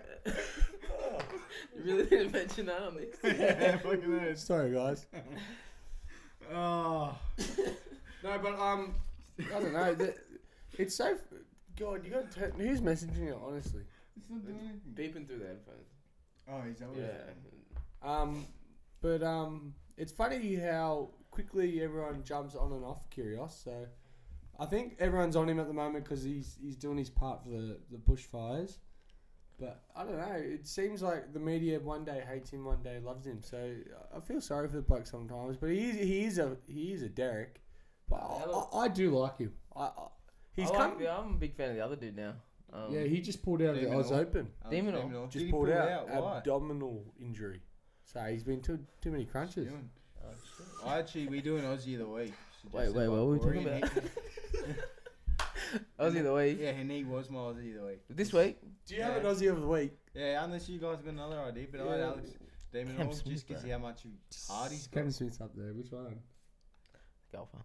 Speaker 10: you really didn't mention that on this.
Speaker 2: yeah, fucking hell.
Speaker 4: Sorry, guys.
Speaker 2: Oh.
Speaker 4: No, but um, I don't know. The, it's so. God, you got to, who's messaging you? Honestly,
Speaker 3: Beeping through the headphones.
Speaker 2: Oh, is that what
Speaker 3: Yeah.
Speaker 4: um, but um, it's funny how quickly everyone jumps on and off Kyrgios. So, I think everyone's on him at the moment because he's he's doing his part for the the bushfires. But I don't know. It seems like the media one day hates him, one day loves him. So uh, I- I feel sorry for the bloke sometimes. But he is he is a he is a Derek. But I, I, I do like him. I, I he's
Speaker 3: I
Speaker 4: come.
Speaker 3: like the- I'm a big fan of the other dude now. Um,
Speaker 4: Yeah, he just pulled out of the Oz
Speaker 2: Demonol.
Speaker 4: Open.
Speaker 2: Oh,
Speaker 3: Demonol.
Speaker 2: Demonol. Did
Speaker 4: Just
Speaker 2: he
Speaker 4: pulled
Speaker 2: pull it
Speaker 4: out,
Speaker 2: Why?
Speaker 4: abdominal injury. So he's been too too many crunches.
Speaker 2: Doing.
Speaker 3: oh, shit.
Speaker 2: I actually, we do an Aussie of the week.
Speaker 3: Wait,
Speaker 2: suggested
Speaker 3: wait,
Speaker 2: by
Speaker 3: what were we
Speaker 2: Corey,
Speaker 3: talking
Speaker 2: and
Speaker 3: about?
Speaker 2: he-
Speaker 3: Aussie of the week.
Speaker 2: Yeah, and he was my Aussie of the week.
Speaker 3: This week,
Speaker 4: Do you have an Aussie of the week?
Speaker 2: Yeah, unless you guys got another idea, but I had
Speaker 4: Yeah.
Speaker 2: Alex Demon
Speaker 3: Cam
Speaker 2: Hall
Speaker 3: Smith,
Speaker 2: just because
Speaker 3: bro.
Speaker 2: how much you hard he's got.
Speaker 4: Kevin Smith's up there. Which one?
Speaker 3: golfer.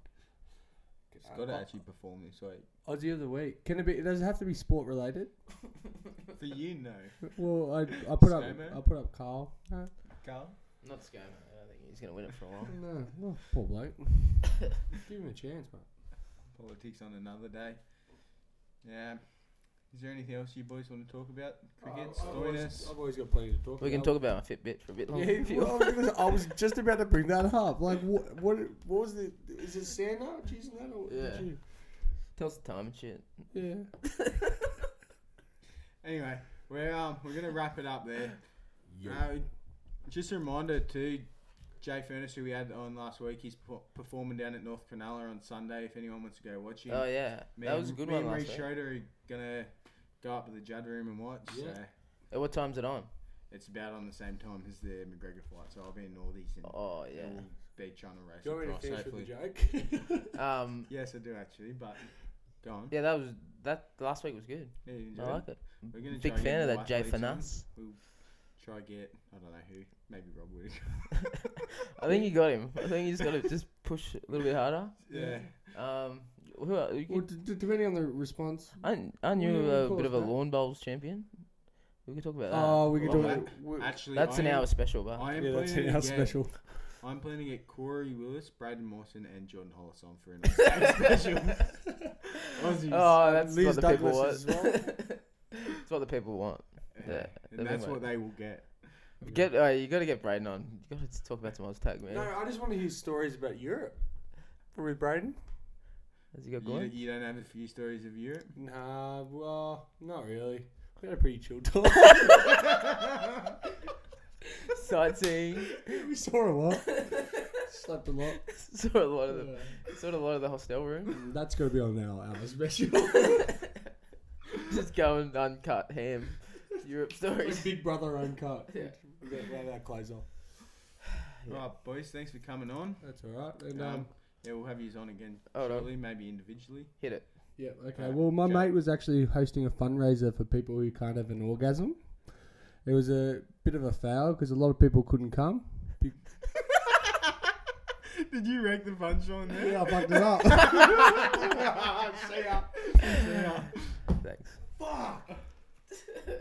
Speaker 2: He's got to actually perform this week.
Speaker 4: Uh, Aussie of the week. Can it be? Does it have to be sport related?
Speaker 2: For you, no.
Speaker 4: Well, I I put up
Speaker 2: Snowman?
Speaker 4: I put up Carl. No,
Speaker 2: Carl?
Speaker 3: Not Scam. I don't think he's gonna win it for a while.
Speaker 4: no, oh, poor bloke. Give him a chance, mate.
Speaker 2: Politics on another day. Yeah. Is there anything else you boys want to talk about? Cricket, storiness?
Speaker 11: Uh, I've always got plenty to talk
Speaker 3: We can
Speaker 11: about.
Speaker 3: talk about my Fitbit for a bit longer. if
Speaker 4: Yeah,
Speaker 3: you
Speaker 4: well,
Speaker 3: want.
Speaker 4: because I was just about to bring that up. Like, what what what was the? Is it Santa? Cheese and that? Or
Speaker 3: Yeah.
Speaker 4: You,
Speaker 3: Tell us the time and shit.
Speaker 4: yeah.
Speaker 2: Anyway, we're, um, we're going to wrap it up there. Uh, just a reminder to Jay Furnace, who we had on last week, he's per- performing down at North Cronulla on Sunday if anyone wants to go watch him.
Speaker 3: Oh yeah,
Speaker 2: Me
Speaker 3: that
Speaker 2: and-
Speaker 3: was a good
Speaker 2: me
Speaker 3: one
Speaker 2: and
Speaker 3: last
Speaker 2: Reed
Speaker 3: week.
Speaker 2: Schroeder are going to go up to the Judd Room and watch.
Speaker 11: Yeah.
Speaker 2: So
Speaker 3: At Uh, what time's it on?
Speaker 2: it's about on the same time as the McGregor fight, so I'll be in Northies and
Speaker 3: Oh
Speaker 2: we'll
Speaker 3: yeah.
Speaker 2: be trying to race
Speaker 11: Do you want me to
Speaker 2: across,
Speaker 11: finish
Speaker 2: hopefully.
Speaker 11: with the joke?
Speaker 3: Um.
Speaker 2: Yes, I do actually, but go on.
Speaker 3: Yeah, that was that. Last week was good.
Speaker 2: Yeah, you enjoy
Speaker 3: I
Speaker 2: it?
Speaker 3: like it.
Speaker 2: We're gonna
Speaker 3: Big
Speaker 2: try
Speaker 3: fan
Speaker 2: and
Speaker 3: of
Speaker 2: get
Speaker 3: that Jay
Speaker 2: more athletes on.
Speaker 3: Finance.
Speaker 2: We'll try get I don't know who, maybe Rob Wood.
Speaker 3: I think you got him. I think you just got to just push a little bit harder.
Speaker 2: yeah.
Speaker 3: Um. Who? Are, you
Speaker 4: Well,
Speaker 3: could,
Speaker 4: d- d- depending on the response.
Speaker 3: I I
Speaker 4: do
Speaker 3: knew
Speaker 4: you
Speaker 3: a
Speaker 4: call
Speaker 3: bit
Speaker 4: us
Speaker 3: of a
Speaker 4: that?
Speaker 3: lawn bowls champion. We could talk about that.
Speaker 4: Oh, we could
Speaker 2: Well,
Speaker 4: talk.
Speaker 2: I-
Speaker 4: about we-
Speaker 2: Actually,
Speaker 3: That's
Speaker 2: I
Speaker 3: an
Speaker 2: am-
Speaker 3: hour special, but
Speaker 2: I am
Speaker 4: Yeah, that's
Speaker 2: planning
Speaker 4: our
Speaker 2: to get-
Speaker 4: special.
Speaker 2: I'm planning to get Corey Willis, Braden Morrison, and Jordan Hollis on for an Aussie special. Aussies.
Speaker 3: oh, that's
Speaker 4: Liz
Speaker 3: what the people want.
Speaker 4: Douglas as well.
Speaker 3: That's what the people want. yeah, that'd be
Speaker 2: and that's
Speaker 3: my-
Speaker 2: what they will get.
Speaker 3: Get uh, you got to get Braden on. You got to talk about some Oz tag, man.
Speaker 4: No, I just want to hear stories about Europe. With Braden?
Speaker 3: Has he got
Speaker 2: You,
Speaker 3: going?
Speaker 2: you don't have a few stories of Europe.
Speaker 4: Nah, well, not really. We had a pretty chill talk.
Speaker 3: Sightseeing.
Speaker 4: we saw a lot. Slept a lot. Mm,
Speaker 3: saw a lot of the saw a lot of the hostel room.
Speaker 4: That's going to be on our hour special.
Speaker 3: Just going uncut ham. Europe stories.
Speaker 4: Like Big Brother uncut.
Speaker 3: Yeah.
Speaker 4: We got we had our clothes off.
Speaker 2: Right, boys, thanks for coming on.
Speaker 4: That's all right. And,
Speaker 2: Um,
Speaker 4: um,
Speaker 2: yeah, we'll have you on again
Speaker 3: Hold on.
Speaker 2: shortly, maybe individually.
Speaker 3: Hit it.
Speaker 4: yeah, okay.
Speaker 2: uh,
Speaker 4: Well, my
Speaker 2: Jack-
Speaker 4: mate was actually hosting a fundraiser for people who can't have an orgasm. It was a bit of a foul because a lot of people couldn't come.
Speaker 2: Did you wreck the punchline there?
Speaker 4: Yeah, I fucked it up.
Speaker 2: See ya.
Speaker 3: Thanks.
Speaker 4: Fuck.